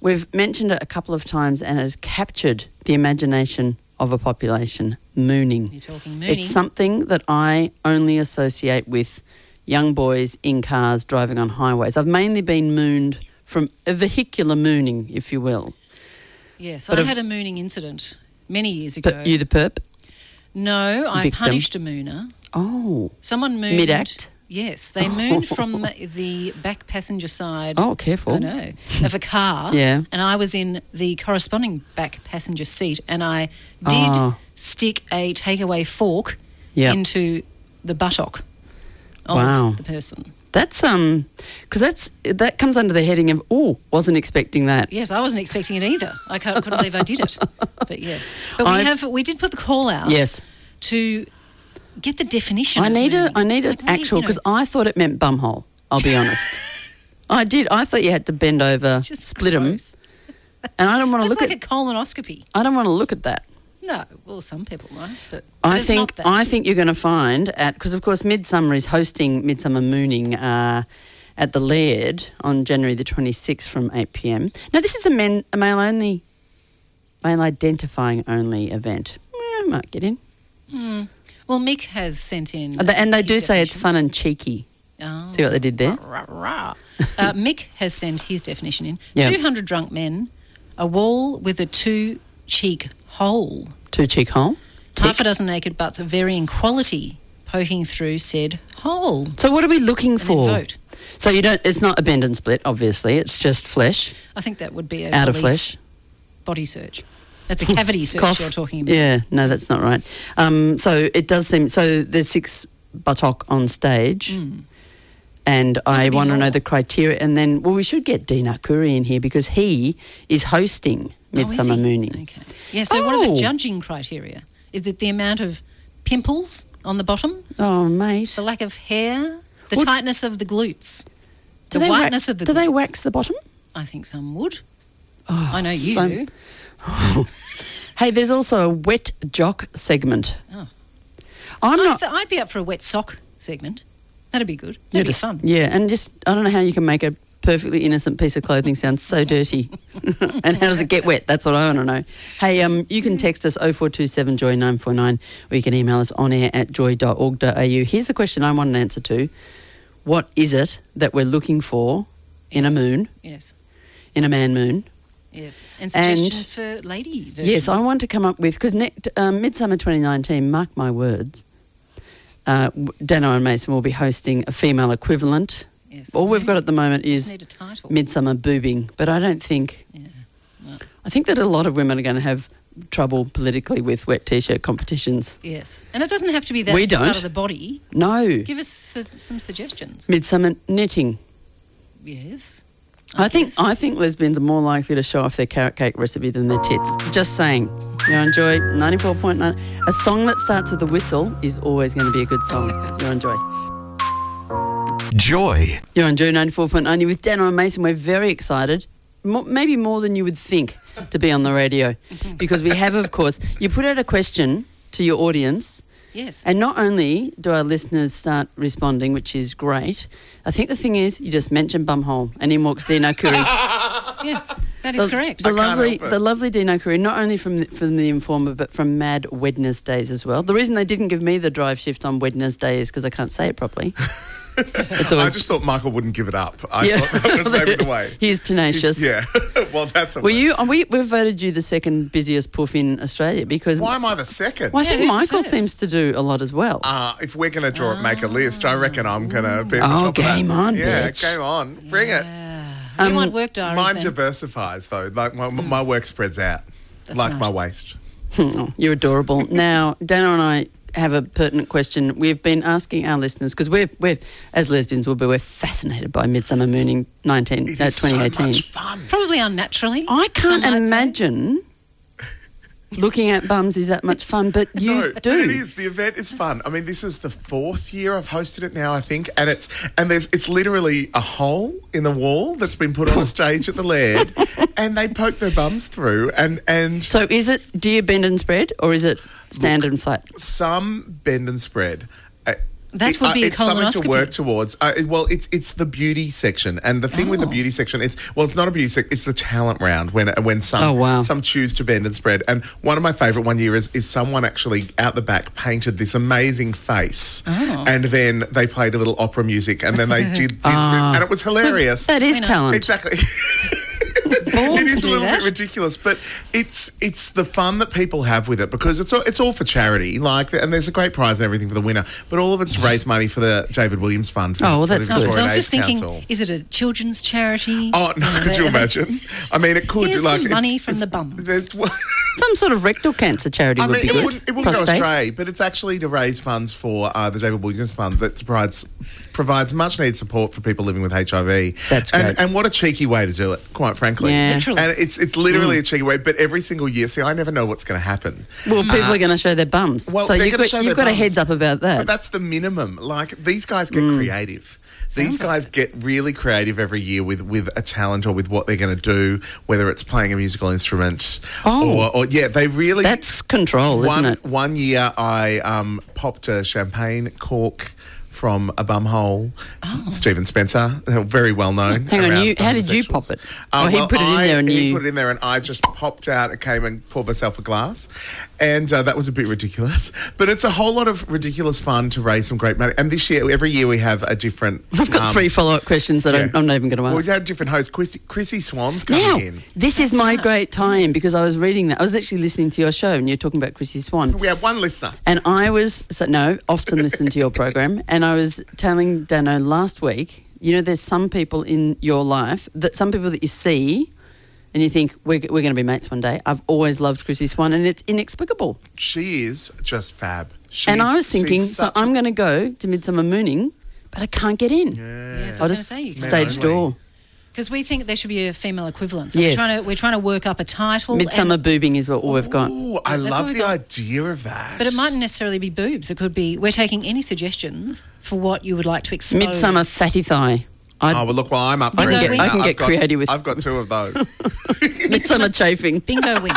[SPEAKER 3] we've mentioned it a couple of times and it has captured the imagination of a population mooning.
[SPEAKER 4] You're talking mooning.
[SPEAKER 3] It's something that I only associate with young boys in cars driving on highways. I've mainly been mooned from a vehicular mooning, if you will.
[SPEAKER 4] yes,
[SPEAKER 3] but
[SPEAKER 4] I
[SPEAKER 3] if-
[SPEAKER 4] had a mooning incident many years ago.
[SPEAKER 3] But you the perp?
[SPEAKER 4] no, I
[SPEAKER 3] victim.
[SPEAKER 4] punished a mooner.
[SPEAKER 3] Oh.
[SPEAKER 4] Someone mooned.
[SPEAKER 3] Mid-act?
[SPEAKER 4] Yes, they mooned from the back passenger side.
[SPEAKER 3] Oh, careful.
[SPEAKER 4] I know. Of a car.
[SPEAKER 3] Yeah.
[SPEAKER 4] And I was in the corresponding back passenger seat and I did
[SPEAKER 3] Ah.
[SPEAKER 4] stick a takeaway fork
[SPEAKER 3] Yep.
[SPEAKER 4] into the buttock of
[SPEAKER 3] Wow.
[SPEAKER 4] the person.
[SPEAKER 3] That's um, because that's that comes under the heading of oh, wasn't expecting that.
[SPEAKER 4] Yes, I wasn't expecting it either. I can't, couldn't believe I did it. But yes. But we
[SPEAKER 3] I-
[SPEAKER 4] have we did put the call out
[SPEAKER 3] Yes,
[SPEAKER 4] to get the definition.
[SPEAKER 3] I
[SPEAKER 4] of
[SPEAKER 3] need a
[SPEAKER 4] mooning.
[SPEAKER 3] I need an
[SPEAKER 4] Like, what do you-
[SPEAKER 3] actual
[SPEAKER 4] you know,
[SPEAKER 3] because I thought it meant bumhole. I'll be honest. I did. I thought you had to bend over,
[SPEAKER 4] just
[SPEAKER 3] split them,
[SPEAKER 4] gross.
[SPEAKER 3] and I don't want to
[SPEAKER 4] That's
[SPEAKER 3] look
[SPEAKER 4] like
[SPEAKER 3] at.
[SPEAKER 4] a colonoscopy.
[SPEAKER 3] I I don't want to look at that.
[SPEAKER 4] No, well, some people might, but but
[SPEAKER 3] I
[SPEAKER 4] it's
[SPEAKER 3] think
[SPEAKER 4] not that.
[SPEAKER 3] I think you're going to find at because of course Midsummer is hosting Midsummer Mooning uh, at the Laird on January the 26th from 8 p.m. Now this is a men a male only, male identifying only event. Eh, I might get in.
[SPEAKER 4] Hmm. Well, Mick has sent in,
[SPEAKER 3] Uh, but- And they
[SPEAKER 4] his
[SPEAKER 3] do say it's
[SPEAKER 4] definition.
[SPEAKER 3] fun and cheeky.
[SPEAKER 4] Oh.
[SPEAKER 3] See what they did there?
[SPEAKER 4] Rah, rah. uh, Mick has sent his definition in:
[SPEAKER 3] Yeah.
[SPEAKER 4] two hundred drunk men, a wall with a two-cheek hole,
[SPEAKER 3] Two cheek hole.
[SPEAKER 4] half a dozen naked butts of varying quality poking through said hole.
[SPEAKER 3] So what are we looking for?
[SPEAKER 4] vote.
[SPEAKER 3] So you don't. It's not a bend and split, obviously. It's just flesh
[SPEAKER 4] I think that would be a
[SPEAKER 3] out of
[SPEAKER 4] police
[SPEAKER 3] flesh.
[SPEAKER 4] body search. That's a cavity search
[SPEAKER 3] Cough.
[SPEAKER 4] you're talking about.
[SPEAKER 3] Yeah, no, that's not right. Um, so it does seem. So there's six buttock on stage. And I
[SPEAKER 4] could Hmm. be
[SPEAKER 3] want to know
[SPEAKER 4] more.
[SPEAKER 3] the criteria. And then, well, we should get Dean Arcuri in here because he is hosting
[SPEAKER 4] Oh, is
[SPEAKER 3] Midsummer
[SPEAKER 4] he?
[SPEAKER 3] Mooning.
[SPEAKER 4] Okay. Yeah. So what are
[SPEAKER 3] Oh.
[SPEAKER 4] the judging criteria? Is it the amount of pimples on the bottom,
[SPEAKER 3] Oh, mate.
[SPEAKER 4] the lack of hair, the
[SPEAKER 3] Well-
[SPEAKER 4] tightness of the glutes,
[SPEAKER 3] Do
[SPEAKER 4] the
[SPEAKER 3] they wa-
[SPEAKER 4] whiteness of the
[SPEAKER 3] Do
[SPEAKER 4] glutes?
[SPEAKER 3] they wax Oh, the bottom?
[SPEAKER 4] I think some would. I know you
[SPEAKER 3] some-
[SPEAKER 4] do.
[SPEAKER 3] Hey, there's also a wet jock segment.
[SPEAKER 4] Oh.
[SPEAKER 3] I'm
[SPEAKER 4] I
[SPEAKER 3] not.
[SPEAKER 4] th- I'd be up for a wet sock segment. That'd be good.
[SPEAKER 3] you're
[SPEAKER 4] That'd be
[SPEAKER 3] just-
[SPEAKER 4] fun.
[SPEAKER 3] Yeah, and just I don't know how you can make a perfectly innocent piece of clothing sound so dirty. and how does it get wet? That's what I want to know. Hey, um, you can text us 0427 joy 949 or you can email us on air at joy.org.au. Here's the question I want an answer to. What is it that we're looking for in a moon,
[SPEAKER 4] Yes.
[SPEAKER 3] in a man moon.
[SPEAKER 4] Yes. And
[SPEAKER 3] And-
[SPEAKER 4] suggestions for lady version.
[SPEAKER 3] Yes, I want to come up with because um, Midsummer 2019, mark my words, uh, w- Dano and Mason will be hosting a female equivalent.
[SPEAKER 4] Yes.
[SPEAKER 3] All we've got at the moment
[SPEAKER 4] Just
[SPEAKER 3] is
[SPEAKER 4] need a title.
[SPEAKER 3] Midsummer boobing, but I don't think.
[SPEAKER 4] Yeah.
[SPEAKER 3] I think that a lot of women are going to have trouble politically with wet t-shirt competitions.
[SPEAKER 4] Yes. And it doesn't have to be that
[SPEAKER 3] We don't.
[SPEAKER 4] part of the body.
[SPEAKER 3] No,
[SPEAKER 4] Give us su- some suggestions.
[SPEAKER 3] Midsummer knitting.
[SPEAKER 4] Yes.
[SPEAKER 3] I think
[SPEAKER 4] guess.
[SPEAKER 3] I think lesbians are more likely to show off their carrot cake recipe than their tits. Just saying. You enjoy 94.9. A song that starts with a whistle is always going to be a good song. You enjoy.
[SPEAKER 8] Joy.
[SPEAKER 3] You're on Joy 94.9. You're with Dan and Mason. We're very excited, Mo maybe more than you would think, to be on the radio. because we have, of course, you put out a question to your audience.
[SPEAKER 4] Yes.
[SPEAKER 3] And not only do our listeners start responding, which is great, I think the thing is, you just mentioned Bumhole, and in walks Dino Curry.
[SPEAKER 4] yes. That is
[SPEAKER 3] the,
[SPEAKER 4] correct.
[SPEAKER 3] The lovely, the lovely Dino Curry, not only from the, from the Informer, but from Mad Wednesdays as well. The reason they didn't give me the drive shift on Wednesday is because I can't say it properly. it's
[SPEAKER 9] I
[SPEAKER 3] always
[SPEAKER 9] just thought Michael wouldn't give it up. I
[SPEAKER 3] Yeah.
[SPEAKER 9] thought that was maybe the way.
[SPEAKER 3] He's tenacious.
[SPEAKER 9] Yeah. well, that's a
[SPEAKER 3] Were
[SPEAKER 9] way.
[SPEAKER 3] you? uh, We we voted you the second busiest poof in Australia because.
[SPEAKER 9] Why am I the second?
[SPEAKER 3] Well, I think
[SPEAKER 4] who's the
[SPEAKER 3] Michael
[SPEAKER 4] first?
[SPEAKER 3] seems to do a lot as well.
[SPEAKER 9] Uh, if we're going to draw it, make a list, I reckon I'm going to be at the
[SPEAKER 3] Ah. Oh,
[SPEAKER 9] top of that.
[SPEAKER 3] game on,
[SPEAKER 9] Yeah,
[SPEAKER 3] bitch.
[SPEAKER 9] game on. Bring it.
[SPEAKER 4] you
[SPEAKER 3] Um,
[SPEAKER 4] want work diaries
[SPEAKER 9] Mine
[SPEAKER 4] then.
[SPEAKER 9] diversifies, though. Like, my, my work spreads out, like my waist.
[SPEAKER 3] Oh, you're adorable. now, Dana and I have a pertinent question. We've been asking our listeners because we're we're as lesbians, we'll be we're fascinated by Midsummer Mooning 19
[SPEAKER 9] It
[SPEAKER 3] uh,
[SPEAKER 9] is so
[SPEAKER 3] 2018.
[SPEAKER 9] much fun.
[SPEAKER 4] Probably unnaturally.
[SPEAKER 3] I can't
[SPEAKER 4] some might say.
[SPEAKER 3] imagine looking at bums is that much fun, but you
[SPEAKER 9] no,
[SPEAKER 3] do.
[SPEAKER 9] but it is. The event is fun. I mean, this is the fourth year I've hosted it now, I think, and it's and there's it's literally a hole in the wall that's been put on a stage at the Laird, and they poke their bums through, and and
[SPEAKER 3] So is it do you bend and spread or is it stand and flat?
[SPEAKER 9] some bend and spread. Uh,
[SPEAKER 4] That
[SPEAKER 9] it-
[SPEAKER 4] would be a
[SPEAKER 9] it's something to
[SPEAKER 4] colonoscopy.
[SPEAKER 9] work towards. Uh, it- well, it's it's the beauty section, and the thing
[SPEAKER 4] Oh.
[SPEAKER 9] with the beauty section, it's well, it's not a beauty section. It's the talent round when when some
[SPEAKER 3] Oh, wow.
[SPEAKER 9] some choose to bend and spread. And one of my favorite one year is is someone actually out the back painted this amazing face,
[SPEAKER 4] Oh.
[SPEAKER 9] and then they played a little opera music, and then they did, did
[SPEAKER 4] Ah.
[SPEAKER 9] and it was hilarious.
[SPEAKER 3] That is talent.
[SPEAKER 9] Exactly.
[SPEAKER 4] Born
[SPEAKER 9] it
[SPEAKER 4] to
[SPEAKER 9] is a
[SPEAKER 4] do
[SPEAKER 9] little
[SPEAKER 4] that.
[SPEAKER 9] bit ridiculous, but it's it's the fun that people have with it because it's all, it's all for charity, like, and there's a great prize and everything for the winner. But all of it's to raise money for the David Williams Fund.
[SPEAKER 3] Oh,
[SPEAKER 9] For,
[SPEAKER 3] well,
[SPEAKER 9] for the
[SPEAKER 3] that's
[SPEAKER 4] Oh,
[SPEAKER 3] good.
[SPEAKER 9] Victorian
[SPEAKER 4] so I was
[SPEAKER 9] AIDS
[SPEAKER 4] just thinking,
[SPEAKER 9] Council.
[SPEAKER 4] is it a children's charity?
[SPEAKER 9] Oh no! Could you
[SPEAKER 4] they-
[SPEAKER 9] imagine? I mean, it could
[SPEAKER 4] Here's
[SPEAKER 9] like
[SPEAKER 4] some
[SPEAKER 9] it-
[SPEAKER 4] money from the bums.
[SPEAKER 9] there's-
[SPEAKER 3] Some sort of rectal cancer charity
[SPEAKER 9] I
[SPEAKER 3] would
[SPEAKER 9] mean,
[SPEAKER 3] be
[SPEAKER 9] it
[SPEAKER 3] good.
[SPEAKER 9] wouldn't, it wouldn't go
[SPEAKER 3] Prostate.
[SPEAKER 9] astray, but it's actually to raise funds for uh, the David Williams Fund that provides provides much needed support for people living with HIV.
[SPEAKER 3] That's
[SPEAKER 9] and,
[SPEAKER 3] great.
[SPEAKER 9] and what a cheeky way to do it, quite frankly.
[SPEAKER 3] Yeah. Mm.
[SPEAKER 4] Literally.
[SPEAKER 9] And it's it's literally a cheeky way. But every single year, see, I never know what's going to happen.
[SPEAKER 3] Well, people are going to show their bums.
[SPEAKER 9] Well,
[SPEAKER 3] so
[SPEAKER 9] they're
[SPEAKER 3] you've
[SPEAKER 9] gonna
[SPEAKER 3] got,
[SPEAKER 9] show
[SPEAKER 3] you've
[SPEAKER 9] their
[SPEAKER 3] got a
[SPEAKER 9] bums.
[SPEAKER 3] heads up about that. Mm.
[SPEAKER 9] But that's the minimum. Like these guys get creative. These guys get really creative every year with, with a talent or with what they're going to do, whether it's playing a musical instrument
[SPEAKER 3] Oh.
[SPEAKER 9] or, or yeah, they really
[SPEAKER 3] That's control, isn't
[SPEAKER 9] one,
[SPEAKER 3] it?
[SPEAKER 9] One year I um, popped a champagne cork from a bumhole, Stephen Spencer, very well known.
[SPEAKER 3] Oh. Hang on,
[SPEAKER 9] around
[SPEAKER 3] you- how did you
[SPEAKER 9] homosexuals.
[SPEAKER 3] pop it? Oh,
[SPEAKER 9] Uh,
[SPEAKER 3] he put it in
[SPEAKER 9] I-
[SPEAKER 3] there and
[SPEAKER 9] he
[SPEAKER 3] you-
[SPEAKER 9] put it in there and I just popped out, it came and poured myself a glass. And uh, that was a bit ridiculous. But it's a whole lot of ridiculous fun to raise some great money. And this year, every year we have a different.
[SPEAKER 3] I've got
[SPEAKER 9] um,
[SPEAKER 3] three follow up questions that
[SPEAKER 9] yeah.
[SPEAKER 3] I'm, I'm not even going to
[SPEAKER 9] Well,
[SPEAKER 3] ask.
[SPEAKER 9] we've had different hosts. Chrissy, Chrissy Swan's coming
[SPEAKER 3] now,
[SPEAKER 9] in.
[SPEAKER 3] this is my great time because I was reading that. I was actually listening to your show and you're talking about Chrissy Swan.
[SPEAKER 9] We have one listener.
[SPEAKER 3] And I was, so no, often listen to your program. And I was telling Dano last week, you know, there's some people in your life that some people that you see and you think, we're, we're going to be mates one day. I've always loved Chrissy Swan and it's inexplicable.
[SPEAKER 9] She is just fab.
[SPEAKER 3] and
[SPEAKER 9] She's-
[SPEAKER 3] I was thinking,
[SPEAKER 9] she's
[SPEAKER 3] so
[SPEAKER 9] such a-
[SPEAKER 3] I'm going to go to Midsummer Mooning, but I can't get in.
[SPEAKER 4] Yes, I
[SPEAKER 3] I'll
[SPEAKER 4] was
[SPEAKER 3] just
[SPEAKER 4] going to say
[SPEAKER 3] stage
[SPEAKER 9] only.
[SPEAKER 3] door.
[SPEAKER 4] because we think there should be a female equivalent. So
[SPEAKER 3] Yes.
[SPEAKER 4] we're trying to we're trying to work up a title. and-
[SPEAKER 3] Midsummer boobing is what all we've got.
[SPEAKER 9] Ooh, I
[SPEAKER 4] That's
[SPEAKER 9] love
[SPEAKER 4] what
[SPEAKER 9] the
[SPEAKER 4] we got.
[SPEAKER 9] idea of that.
[SPEAKER 4] but it mightn't necessarily be boobs. It could be. We're taking any suggestions for what you would like to expose.
[SPEAKER 3] Midsummer fatty thigh. I'd,
[SPEAKER 9] Oh well, look. Well, I'm up.
[SPEAKER 3] I
[SPEAKER 9] for
[SPEAKER 3] can
[SPEAKER 9] it
[SPEAKER 4] get-
[SPEAKER 9] now.
[SPEAKER 4] I
[SPEAKER 3] can
[SPEAKER 9] I've
[SPEAKER 3] get
[SPEAKER 9] got-
[SPEAKER 3] creative with-
[SPEAKER 9] I've got two of those.
[SPEAKER 3] Midsummer chafing.
[SPEAKER 4] bingo wing.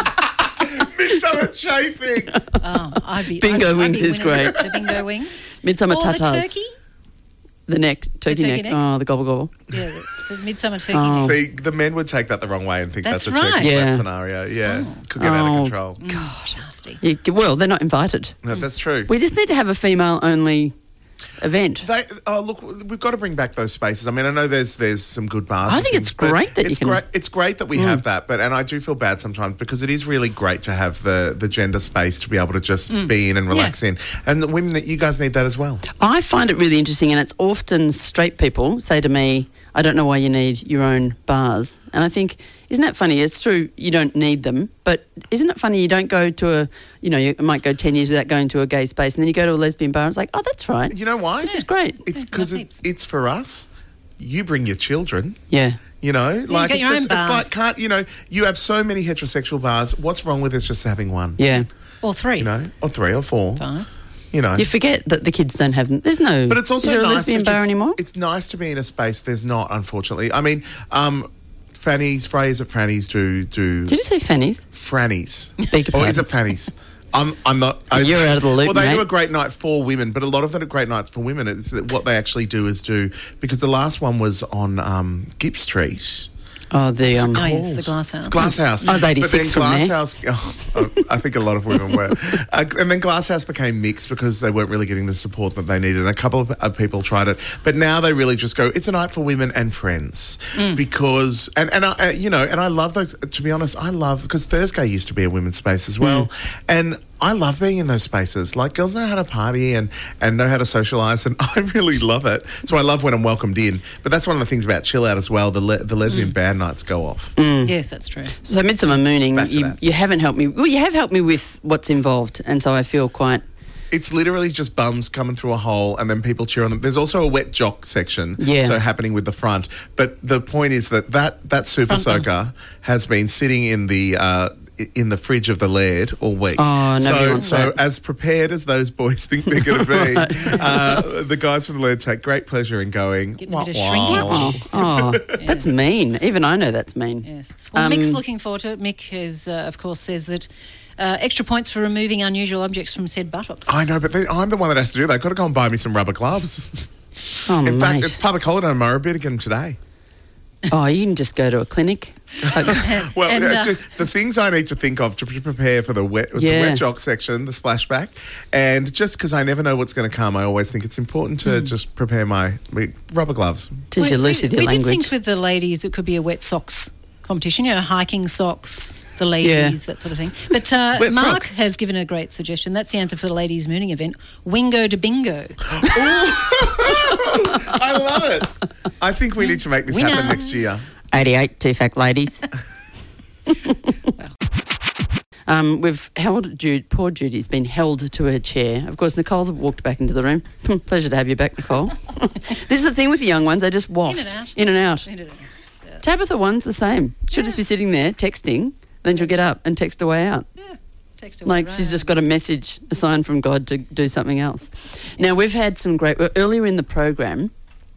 [SPEAKER 9] Midsummer chafing.
[SPEAKER 4] Oh, I'd be,
[SPEAKER 3] Bingo
[SPEAKER 4] I'd be
[SPEAKER 3] wings is
[SPEAKER 4] winning
[SPEAKER 3] great.
[SPEAKER 4] The bingo wings.
[SPEAKER 3] Midsummer
[SPEAKER 4] or the
[SPEAKER 3] tatas.
[SPEAKER 4] turkey.
[SPEAKER 3] The neck. Turkey,
[SPEAKER 4] turkey
[SPEAKER 3] neck.
[SPEAKER 4] neck.
[SPEAKER 3] Oh, the gobble gobble.
[SPEAKER 4] Yeah, the, the midsummer turkey.
[SPEAKER 3] Oh.
[SPEAKER 9] See, the men would take that the wrong way and think that's,
[SPEAKER 4] That's
[SPEAKER 9] a
[SPEAKER 4] right.
[SPEAKER 9] turkey slap
[SPEAKER 3] Yeah.
[SPEAKER 9] scenario. Yeah, could get out
[SPEAKER 3] Oh.
[SPEAKER 9] of control.
[SPEAKER 4] God, nasty.
[SPEAKER 3] You, well, they're not invited.
[SPEAKER 9] No, that's true.
[SPEAKER 3] We just need to have a female only event.
[SPEAKER 9] They, oh, look, we've got to bring back those spaces. I mean, I know there's there's some good bars.
[SPEAKER 3] I
[SPEAKER 9] and
[SPEAKER 3] think it's
[SPEAKER 9] things, but
[SPEAKER 3] great that you
[SPEAKER 9] it's
[SPEAKER 3] can- Mm.
[SPEAKER 9] great. It's great that we have that, but and I do feel bad sometimes because it is really great to have the the gender space to be able to just
[SPEAKER 3] Mm.
[SPEAKER 9] be in and relax in, and the women that you guys need that as well.
[SPEAKER 3] I find it really interesting, and it's often straight people say to me, I don't know why you need your own bars. And I think, isn't that funny? It's true, you don't need them, but isn't it funny you don't go to a, you know, you might go 10 years without going to a gay space, and then you go to a lesbian bar, and it's like, oh, that's right.
[SPEAKER 9] You know why?
[SPEAKER 3] This is great.
[SPEAKER 9] It's
[SPEAKER 4] There's no
[SPEAKER 9] because it,
[SPEAKER 4] peeps.
[SPEAKER 9] it's for us. You bring your children.
[SPEAKER 3] Yeah.
[SPEAKER 9] You know, like
[SPEAKER 4] get
[SPEAKER 9] it's,
[SPEAKER 4] your
[SPEAKER 9] just,
[SPEAKER 4] own
[SPEAKER 9] it's
[SPEAKER 4] bars.
[SPEAKER 9] like can't you know? You have so many heterosexual bars. What's wrong with us just having one?
[SPEAKER 3] Yeah.
[SPEAKER 4] Or three.
[SPEAKER 9] You know, or three or four.
[SPEAKER 4] Five.
[SPEAKER 9] You know,
[SPEAKER 3] You forget that the kids don't have, there's no,
[SPEAKER 9] But it's also
[SPEAKER 3] is there a
[SPEAKER 9] nice
[SPEAKER 3] lesbian
[SPEAKER 9] to
[SPEAKER 3] bar
[SPEAKER 9] just-
[SPEAKER 3] anymore?
[SPEAKER 9] It's nice to be in a space there's not, unfortunately. I mean, um, Fanny's Freys at Franny's do do
[SPEAKER 3] Did you say Fanny's?
[SPEAKER 9] Franny's.
[SPEAKER 3] Beg your
[SPEAKER 9] or is
[SPEAKER 3] pardon.
[SPEAKER 9] it Fanny's? I'm, I'm not. I-
[SPEAKER 3] You're out of the loop,
[SPEAKER 9] Well, they
[SPEAKER 3] mate.
[SPEAKER 9] do a great night for women, but a lot of them are great nights for women. It's that what they actually do is do because the last one was on um, Gipp Street.
[SPEAKER 3] Oh, the, um,
[SPEAKER 4] Oh, yes, the glass house.
[SPEAKER 9] Glass House.
[SPEAKER 3] I was 86
[SPEAKER 9] but
[SPEAKER 3] from
[SPEAKER 9] then
[SPEAKER 3] there.
[SPEAKER 9] Glass House. I think a lot of women were. Uh, and then Glass House became mixed because they weren't really getting the support that they needed. And a couple of uh, people tried it, but now they really just go. It's a night for women and friends because and and I, uh, you know and I love those. To be honest, I love because Thursday used to be a women's space as well, and. I love being in those spaces. Like girls know how to party and, and know how to socialise, and I really love it. So I love when I'm welcomed in. But that's one of the things about chill out as well. The le- the lesbian band nights go off.
[SPEAKER 4] Yes, that's true.
[SPEAKER 3] So midsummer mooning,
[SPEAKER 9] Back to
[SPEAKER 3] you,
[SPEAKER 9] that.
[SPEAKER 3] you haven't helped me. Well, you have helped me with what's involved, and so I feel quite.
[SPEAKER 9] It's literally just bums coming through a hole and then people cheer on them. There's also a wet jock section,
[SPEAKER 3] Yeah.
[SPEAKER 9] so happening with the front. But the point is that that, that super
[SPEAKER 4] Front bum.
[SPEAKER 9] soaker has been sitting in the uh, i- in the fridge of the laird all week.
[SPEAKER 3] Oh, nobody
[SPEAKER 9] so,
[SPEAKER 3] wants
[SPEAKER 9] so
[SPEAKER 3] that.
[SPEAKER 9] as prepared as those boys think they're going to be, uh, the guys from the laird take great pleasure in going.
[SPEAKER 4] Getting a bit of
[SPEAKER 9] "Wah,
[SPEAKER 4] shrinking.
[SPEAKER 9] wah."
[SPEAKER 3] Oh, oh that's mean. Even I know that's mean. Um,
[SPEAKER 4] Yes. Well, Mick's looking forward to it. Mick is, uh, of course, says that uh, extra points for removing unusual objects from said buttocks.
[SPEAKER 3] Oh,
[SPEAKER 9] I know, but then I'm the one that has to do that. I've got to go and buy me some rubber gloves.
[SPEAKER 3] Oh, mate.
[SPEAKER 9] In fact, it's public holiday tomorrow. Better get them today.
[SPEAKER 3] oh, you can just go to a clinic. Like,
[SPEAKER 9] Well,
[SPEAKER 4] And,
[SPEAKER 9] that's
[SPEAKER 4] uh,
[SPEAKER 9] it. the things I need to think of to pre- prepare for the wet,
[SPEAKER 3] Yeah.
[SPEAKER 9] the wet jock section, the splashback, and just because I never know what's going to come, I always think it's important to just prepare my, my rubber gloves.
[SPEAKER 3] tis your loose with your
[SPEAKER 4] we
[SPEAKER 3] language.
[SPEAKER 4] did think with the ladies it could be a wet socks competition, you know, hiking socks, the ladies, that sort of thing. But uh,
[SPEAKER 3] Wet
[SPEAKER 4] Mark
[SPEAKER 3] frocks.
[SPEAKER 4] has given a great suggestion. That's the answer for the ladies' mooning event Wingo to Bingo.
[SPEAKER 9] I love it. I think we need to make this
[SPEAKER 4] Winner.
[SPEAKER 9] happen next year.
[SPEAKER 3] 88 two fact ladies. um, we've held Jude, poor Judy's been held to her chair. Of course, Nicole's walked back into the room. Pleasure to have you back, Nicole. this is the thing with the young ones, they just waft
[SPEAKER 4] out.
[SPEAKER 3] In and out.
[SPEAKER 4] In and out.
[SPEAKER 3] Tabitha one's the same. She'll just be sitting there texting, then she'll get up and text her way out.
[SPEAKER 4] Yeah. Text away,
[SPEAKER 3] Like she's
[SPEAKER 4] right.
[SPEAKER 3] just got a message, a sign from God to do something else. Now we've had some great. well, Earlier in the program,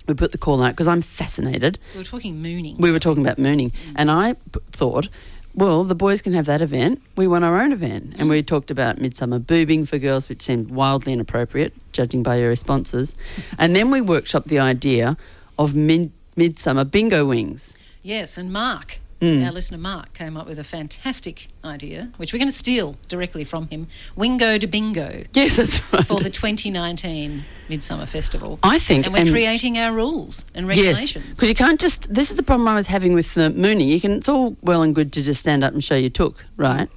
[SPEAKER 3] we put the call out because I'm fascinated.
[SPEAKER 4] We were talking mooning.
[SPEAKER 3] We were talking about mooning,
[SPEAKER 4] Mm.
[SPEAKER 3] and I p- thought, well, the boys can have that event. We want our own event,
[SPEAKER 4] Mm.
[SPEAKER 3] and we talked about midsummer boobing for girls, which seemed wildly inappropriate, judging by your responses. and then we workshopped the idea of mid midsummer bingo wings.
[SPEAKER 4] Yes, and Mark,
[SPEAKER 3] Mm.
[SPEAKER 4] our listener Mark, came up with a fantastic idea, which we're going to steal directly from him Wingo to Bingo
[SPEAKER 3] Yes, that's right.
[SPEAKER 4] for the 2019 Midsummer Festival.
[SPEAKER 3] I think-
[SPEAKER 4] And we're
[SPEAKER 3] and-
[SPEAKER 4] creating our rules and
[SPEAKER 3] Yes,
[SPEAKER 4] regulations.
[SPEAKER 3] because you can't just. This is the problem I was having with the mooning. You can. It's all well and good to just stand up and show your took, right,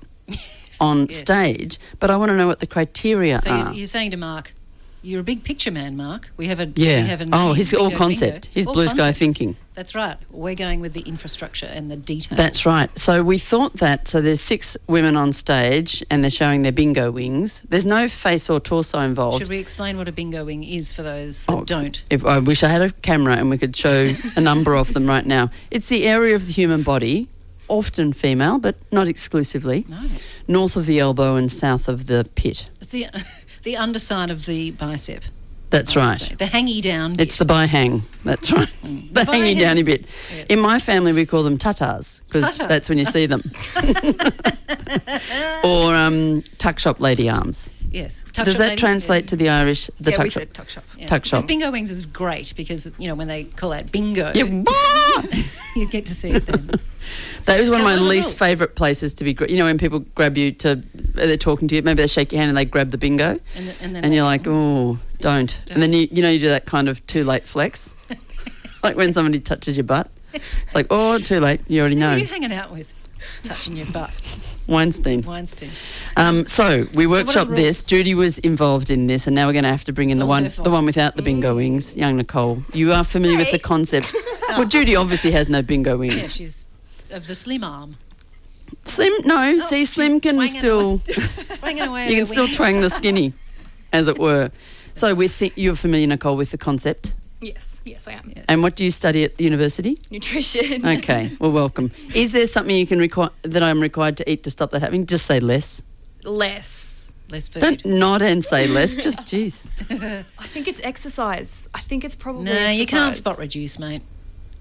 [SPEAKER 3] on
[SPEAKER 4] yes.
[SPEAKER 3] stage. But I want to know what the criteria
[SPEAKER 4] so
[SPEAKER 3] are.
[SPEAKER 4] you're, you're saying to Mark, you're a big picture man, Mark. We have a
[SPEAKER 3] yeah.
[SPEAKER 4] We have a
[SPEAKER 3] oh,
[SPEAKER 4] name,
[SPEAKER 3] his all
[SPEAKER 4] Bingo to
[SPEAKER 3] concept.
[SPEAKER 4] Bingo.
[SPEAKER 3] His
[SPEAKER 4] All
[SPEAKER 3] blue sky
[SPEAKER 4] concept.
[SPEAKER 3] thinking.
[SPEAKER 4] That's right. We're going with the infrastructure and the detail.
[SPEAKER 3] That's right. So we thought that. So there's six women on stage and they're showing their bingo wings. There's no face or torso involved.
[SPEAKER 4] Should we explain what a bingo wing is for those that
[SPEAKER 3] Oh,
[SPEAKER 4] don't?
[SPEAKER 3] If I wish I had a camera and we could show a number of them right now. It's the area of the human body, often female, but not exclusively,
[SPEAKER 4] No.
[SPEAKER 3] north of the elbow and south of the pit.
[SPEAKER 4] It's the the underside of the bicep.
[SPEAKER 3] That's
[SPEAKER 4] Oh, I would
[SPEAKER 3] right.
[SPEAKER 4] say. The hangy down.
[SPEAKER 3] It's the by hang. That's right. the
[SPEAKER 4] By
[SPEAKER 3] hanging
[SPEAKER 4] Mm. hang.
[SPEAKER 3] downy bit.
[SPEAKER 4] Yes.
[SPEAKER 3] In my family, we call them tatas because
[SPEAKER 4] Tatas.
[SPEAKER 3] that's when you see them. or um, tuck shop lady arms.
[SPEAKER 4] bit. yes. Tuck
[SPEAKER 3] Does
[SPEAKER 4] shop
[SPEAKER 3] that
[SPEAKER 4] lady-
[SPEAKER 3] translate
[SPEAKER 4] yes.
[SPEAKER 3] to the Irish? The
[SPEAKER 5] yeah,
[SPEAKER 3] tuck
[SPEAKER 5] we
[SPEAKER 3] shop.
[SPEAKER 5] said tuck shop.
[SPEAKER 4] Yeah.
[SPEAKER 3] Tuck
[SPEAKER 4] Because
[SPEAKER 3] shop.
[SPEAKER 4] Bingo Wings is great because, you know, when they call out bingo,
[SPEAKER 3] Yeah, wah!
[SPEAKER 4] you get to see it then.
[SPEAKER 3] That was one of
[SPEAKER 4] So
[SPEAKER 3] my
[SPEAKER 4] what are the
[SPEAKER 3] least
[SPEAKER 4] rules?
[SPEAKER 3] favourite places to be. gra- You know, when people grab you to, they're talking to you, maybe they shake your hand and they grab the bingo.
[SPEAKER 4] And the- and then
[SPEAKER 3] you're
[SPEAKER 4] they-
[SPEAKER 3] like, oh, Don't. And then you, you know you do that kind of too late flex, like when somebody touches your butt. It's like, oh, too late. You already
[SPEAKER 4] Who are
[SPEAKER 3] know.
[SPEAKER 4] you hanging out with? Touching your butt,
[SPEAKER 3] Weinstein.
[SPEAKER 4] Weinstein.
[SPEAKER 3] Um, so we
[SPEAKER 4] what are the
[SPEAKER 3] workshopped this.
[SPEAKER 4] rules?
[SPEAKER 3] Judy was involved in this, and now we're going to have to bring in the
[SPEAKER 4] all
[SPEAKER 3] one,
[SPEAKER 4] her fault. Mm.
[SPEAKER 3] the one without the bingo wings. Young Nicole, you are familiar with the concept. well, Judy obviously has no bingo
[SPEAKER 4] Yeah,
[SPEAKER 3] wings.
[SPEAKER 4] she's of the slim arm.
[SPEAKER 3] Slim, no. see,
[SPEAKER 4] Oh, she's
[SPEAKER 3] Slim can
[SPEAKER 4] twanging
[SPEAKER 3] still
[SPEAKER 4] Twanging away.
[SPEAKER 3] you
[SPEAKER 4] at
[SPEAKER 3] can
[SPEAKER 4] the
[SPEAKER 3] still
[SPEAKER 4] wings.
[SPEAKER 3] twang the skinny, as it were. So we think you're familiar, Nicole, with the concept.
[SPEAKER 5] Yes, yes, I am.
[SPEAKER 3] And what do you study at the university?
[SPEAKER 5] Nutrition.
[SPEAKER 3] Okay, well, welcome. Is there something you can require that I'm required to eat to stop that happening? Just say less.
[SPEAKER 5] Less.
[SPEAKER 4] Less food.
[SPEAKER 3] Don't nod and say less. Just jeez.
[SPEAKER 5] I think it's exercise. I think it's probably.
[SPEAKER 4] no, you can't
[SPEAKER 5] exercise.
[SPEAKER 4] spot reduce, mate.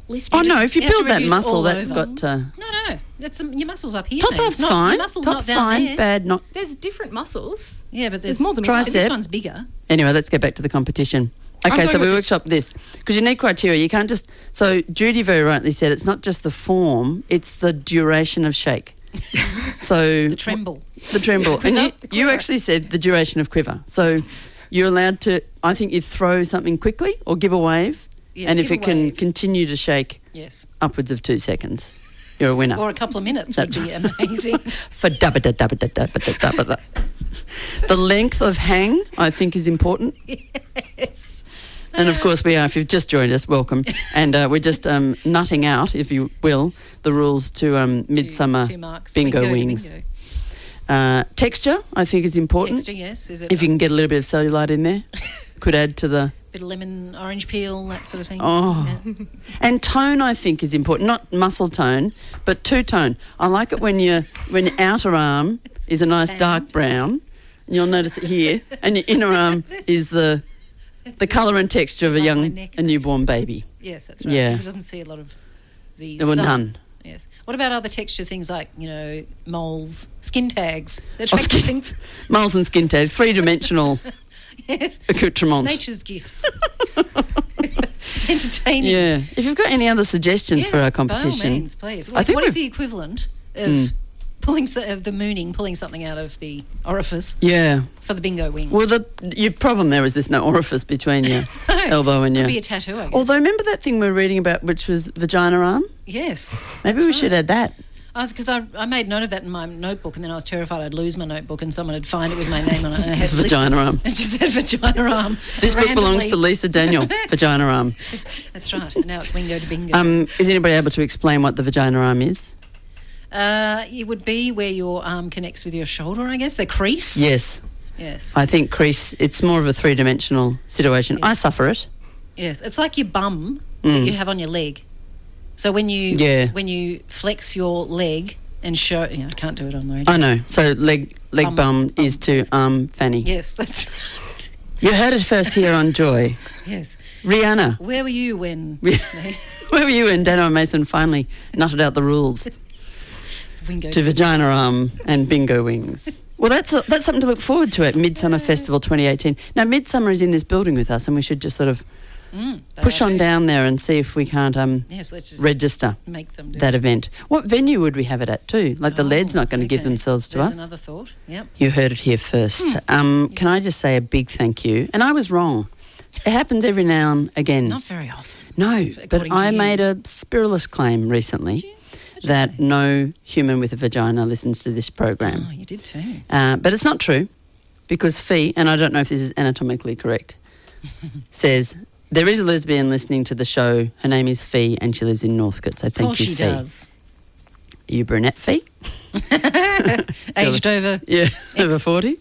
[SPEAKER 5] Lift.
[SPEAKER 3] Oh
[SPEAKER 5] it.
[SPEAKER 3] no, if you
[SPEAKER 4] you have to
[SPEAKER 3] build that
[SPEAKER 4] reduce
[SPEAKER 3] muscle,
[SPEAKER 4] all
[SPEAKER 3] that's
[SPEAKER 4] over.
[SPEAKER 3] got. Uh,
[SPEAKER 4] No, no, that's um, your muscles up here.
[SPEAKER 3] Top
[SPEAKER 4] mate.
[SPEAKER 3] half's
[SPEAKER 4] Not-
[SPEAKER 3] fine.
[SPEAKER 4] Your muscles
[SPEAKER 3] Top
[SPEAKER 4] not down
[SPEAKER 3] fine.
[SPEAKER 4] there.
[SPEAKER 3] Bad. Not
[SPEAKER 5] There's different muscles.
[SPEAKER 4] Yeah, but there's,
[SPEAKER 5] There's more than one.
[SPEAKER 4] This
[SPEAKER 3] Tricep.
[SPEAKER 4] one's bigger.
[SPEAKER 3] Anyway, let's get back to the competition. Okay,
[SPEAKER 5] going
[SPEAKER 3] so we
[SPEAKER 5] with
[SPEAKER 3] workshop this because you need criteria. You can't just. So Judy very rightly said it's not just the form; it's the duration of shake. so
[SPEAKER 4] The tremble.
[SPEAKER 3] the tremble. and you,
[SPEAKER 5] the
[SPEAKER 3] you
[SPEAKER 5] quiver.
[SPEAKER 3] actually said the duration of quiver. So you're allowed to. I think you throw something quickly or give a wave,
[SPEAKER 4] Yes,
[SPEAKER 3] and if
[SPEAKER 4] give
[SPEAKER 3] it
[SPEAKER 4] a
[SPEAKER 3] can
[SPEAKER 4] wave.
[SPEAKER 3] continue to shake
[SPEAKER 4] Yes.
[SPEAKER 3] upwards of two seconds, you're a winner.
[SPEAKER 4] Or a couple of minutes would
[SPEAKER 3] That's
[SPEAKER 4] be
[SPEAKER 3] right.
[SPEAKER 4] amazing.
[SPEAKER 3] For dubba da dubba da dubba da dubba da. The length of hang, I think, is important.
[SPEAKER 4] yes.
[SPEAKER 3] And of course, we are. If you've just joined us, welcome. And uh, we're just um, nutting out, if you will, the rules to um, midsummer
[SPEAKER 4] Two marks.
[SPEAKER 3] bingo,
[SPEAKER 4] Bingo,
[SPEAKER 3] wings.
[SPEAKER 4] bingo.
[SPEAKER 3] Uh, texture, I think, is important.
[SPEAKER 4] Texture, yes. Is it
[SPEAKER 3] If you can get a little bit of cellulite in there, could add to the.
[SPEAKER 4] a bit of lemon, orange peel, that sort of thing?
[SPEAKER 3] Oh.
[SPEAKER 4] Yeah.
[SPEAKER 3] And tone, I think, is important. Not muscle tone, but two tone. I like it when your when your outer arm is a nice dark brown. And you'll notice it here, and your inner arm is the the colour and texture of a
[SPEAKER 4] Like my
[SPEAKER 3] young
[SPEAKER 4] neck.
[SPEAKER 3] a newborn baby.
[SPEAKER 4] Yes, that's right.
[SPEAKER 3] Yeah.
[SPEAKER 4] Yeah. It doesn't see a lot of the
[SPEAKER 3] There were
[SPEAKER 4] sun.
[SPEAKER 3] none.
[SPEAKER 4] Yes. What about other texture things like, you know, moles, skin tags? They're
[SPEAKER 3] Oh,
[SPEAKER 4] attractive
[SPEAKER 3] skin-
[SPEAKER 4] things.
[SPEAKER 3] Moles and skin tags, three dimensional
[SPEAKER 4] Yes.
[SPEAKER 3] accoutrements.
[SPEAKER 4] Nature's gifts. Entertaining.
[SPEAKER 3] Yeah. If you've got any other suggestions
[SPEAKER 4] Yes,
[SPEAKER 3] for our
[SPEAKER 4] By all
[SPEAKER 3] competition,
[SPEAKER 4] means, please.
[SPEAKER 3] I think
[SPEAKER 4] what is
[SPEAKER 3] we've- Hmm.
[SPEAKER 4] the equivalent of pulling so, of the mooning, pulling something out of the orifice
[SPEAKER 3] yeah.
[SPEAKER 4] for the bingo wing?
[SPEAKER 3] Well, the your problem there is there's no orifice between your elbow and
[SPEAKER 4] Could
[SPEAKER 3] your.
[SPEAKER 4] be a tattoo, I guess.
[SPEAKER 3] Although remember that thing we were reading about, which was vagina arm.
[SPEAKER 4] yes.
[SPEAKER 3] Maybe
[SPEAKER 4] that's
[SPEAKER 3] we
[SPEAKER 4] right.
[SPEAKER 3] should uh, add that.
[SPEAKER 4] I was because I, I made note of that in my notebook, and then I was terrified I'd lose my notebook and someone would find it with my name on it. And I had
[SPEAKER 3] It's
[SPEAKER 4] a list
[SPEAKER 3] vagina arm.
[SPEAKER 4] It just said vagina arm.
[SPEAKER 3] This book belongs to
[SPEAKER 4] randomly.
[SPEAKER 3] Lisa Daniel. vagina arm.
[SPEAKER 4] That's right. And now it's wingo to bingo.
[SPEAKER 3] Um, is anybody able to explain what the vagina arm is?
[SPEAKER 4] uh, it would be where your arm connects with your shoulder, I guess. The crease.
[SPEAKER 3] Yes,
[SPEAKER 4] Yes.
[SPEAKER 3] I think crease. It's more of a three-dimensional situation. I suffer it.
[SPEAKER 4] Yes, it's like your bum that you have on your leg. So when you
[SPEAKER 3] Mm. Yeah.
[SPEAKER 4] when you flex your leg and show, yeah, I can't do it on the radio.
[SPEAKER 3] I know. So leg leg bum,
[SPEAKER 4] Bum,
[SPEAKER 3] is to um fanny.
[SPEAKER 4] yes, that's right.
[SPEAKER 3] You heard it first here on Joy.
[SPEAKER 4] Yes.
[SPEAKER 3] Rihanna.
[SPEAKER 4] Where were you when
[SPEAKER 3] Where were you when Dano and Mason finally nutted out the rules
[SPEAKER 4] Wingo?
[SPEAKER 3] to vagina arm and bingo wings? Well, that's uh, that's something to look forward to at Midsummer Festival 2018. Now, Midsummer is in this building with us, and we should just sort of
[SPEAKER 4] Mm, they
[SPEAKER 3] push
[SPEAKER 4] are
[SPEAKER 3] on
[SPEAKER 4] doing-
[SPEAKER 3] down there and see if we can't um,
[SPEAKER 4] Yes, let's just
[SPEAKER 3] register
[SPEAKER 4] make them do
[SPEAKER 3] that
[SPEAKER 4] it.
[SPEAKER 3] event. What venue would we have it at too? Like the lead's not going to give
[SPEAKER 4] Oh, okay.
[SPEAKER 3] themselves to
[SPEAKER 4] There's
[SPEAKER 3] us. Mm.
[SPEAKER 4] Another Hmm. thought. Yep.
[SPEAKER 3] You heard it here first. Um, Can I just say a big thank you? And I was wrong. It happens every now and again.
[SPEAKER 4] Not very often.
[SPEAKER 3] No, but
[SPEAKER 4] according to
[SPEAKER 3] I
[SPEAKER 4] you.
[SPEAKER 3] made a spirillous claim recently that no human with a vagina listens to this program.
[SPEAKER 4] Oh, you did too.
[SPEAKER 3] Uh, but it's not true because Fee, and I don't know if this is anatomically correct, says there is a lesbian listening to the show. Her name is Fee and she lives in Northcote. So
[SPEAKER 4] of
[SPEAKER 3] thank
[SPEAKER 4] course
[SPEAKER 3] you,
[SPEAKER 4] she
[SPEAKER 3] Fee.
[SPEAKER 4] does.
[SPEAKER 3] Are you brunette Fee?
[SPEAKER 4] Aged over.
[SPEAKER 3] Yeah, over 40.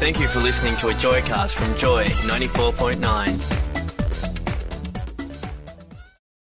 [SPEAKER 2] Thank you for listening to a Joycast from Joy 94.9.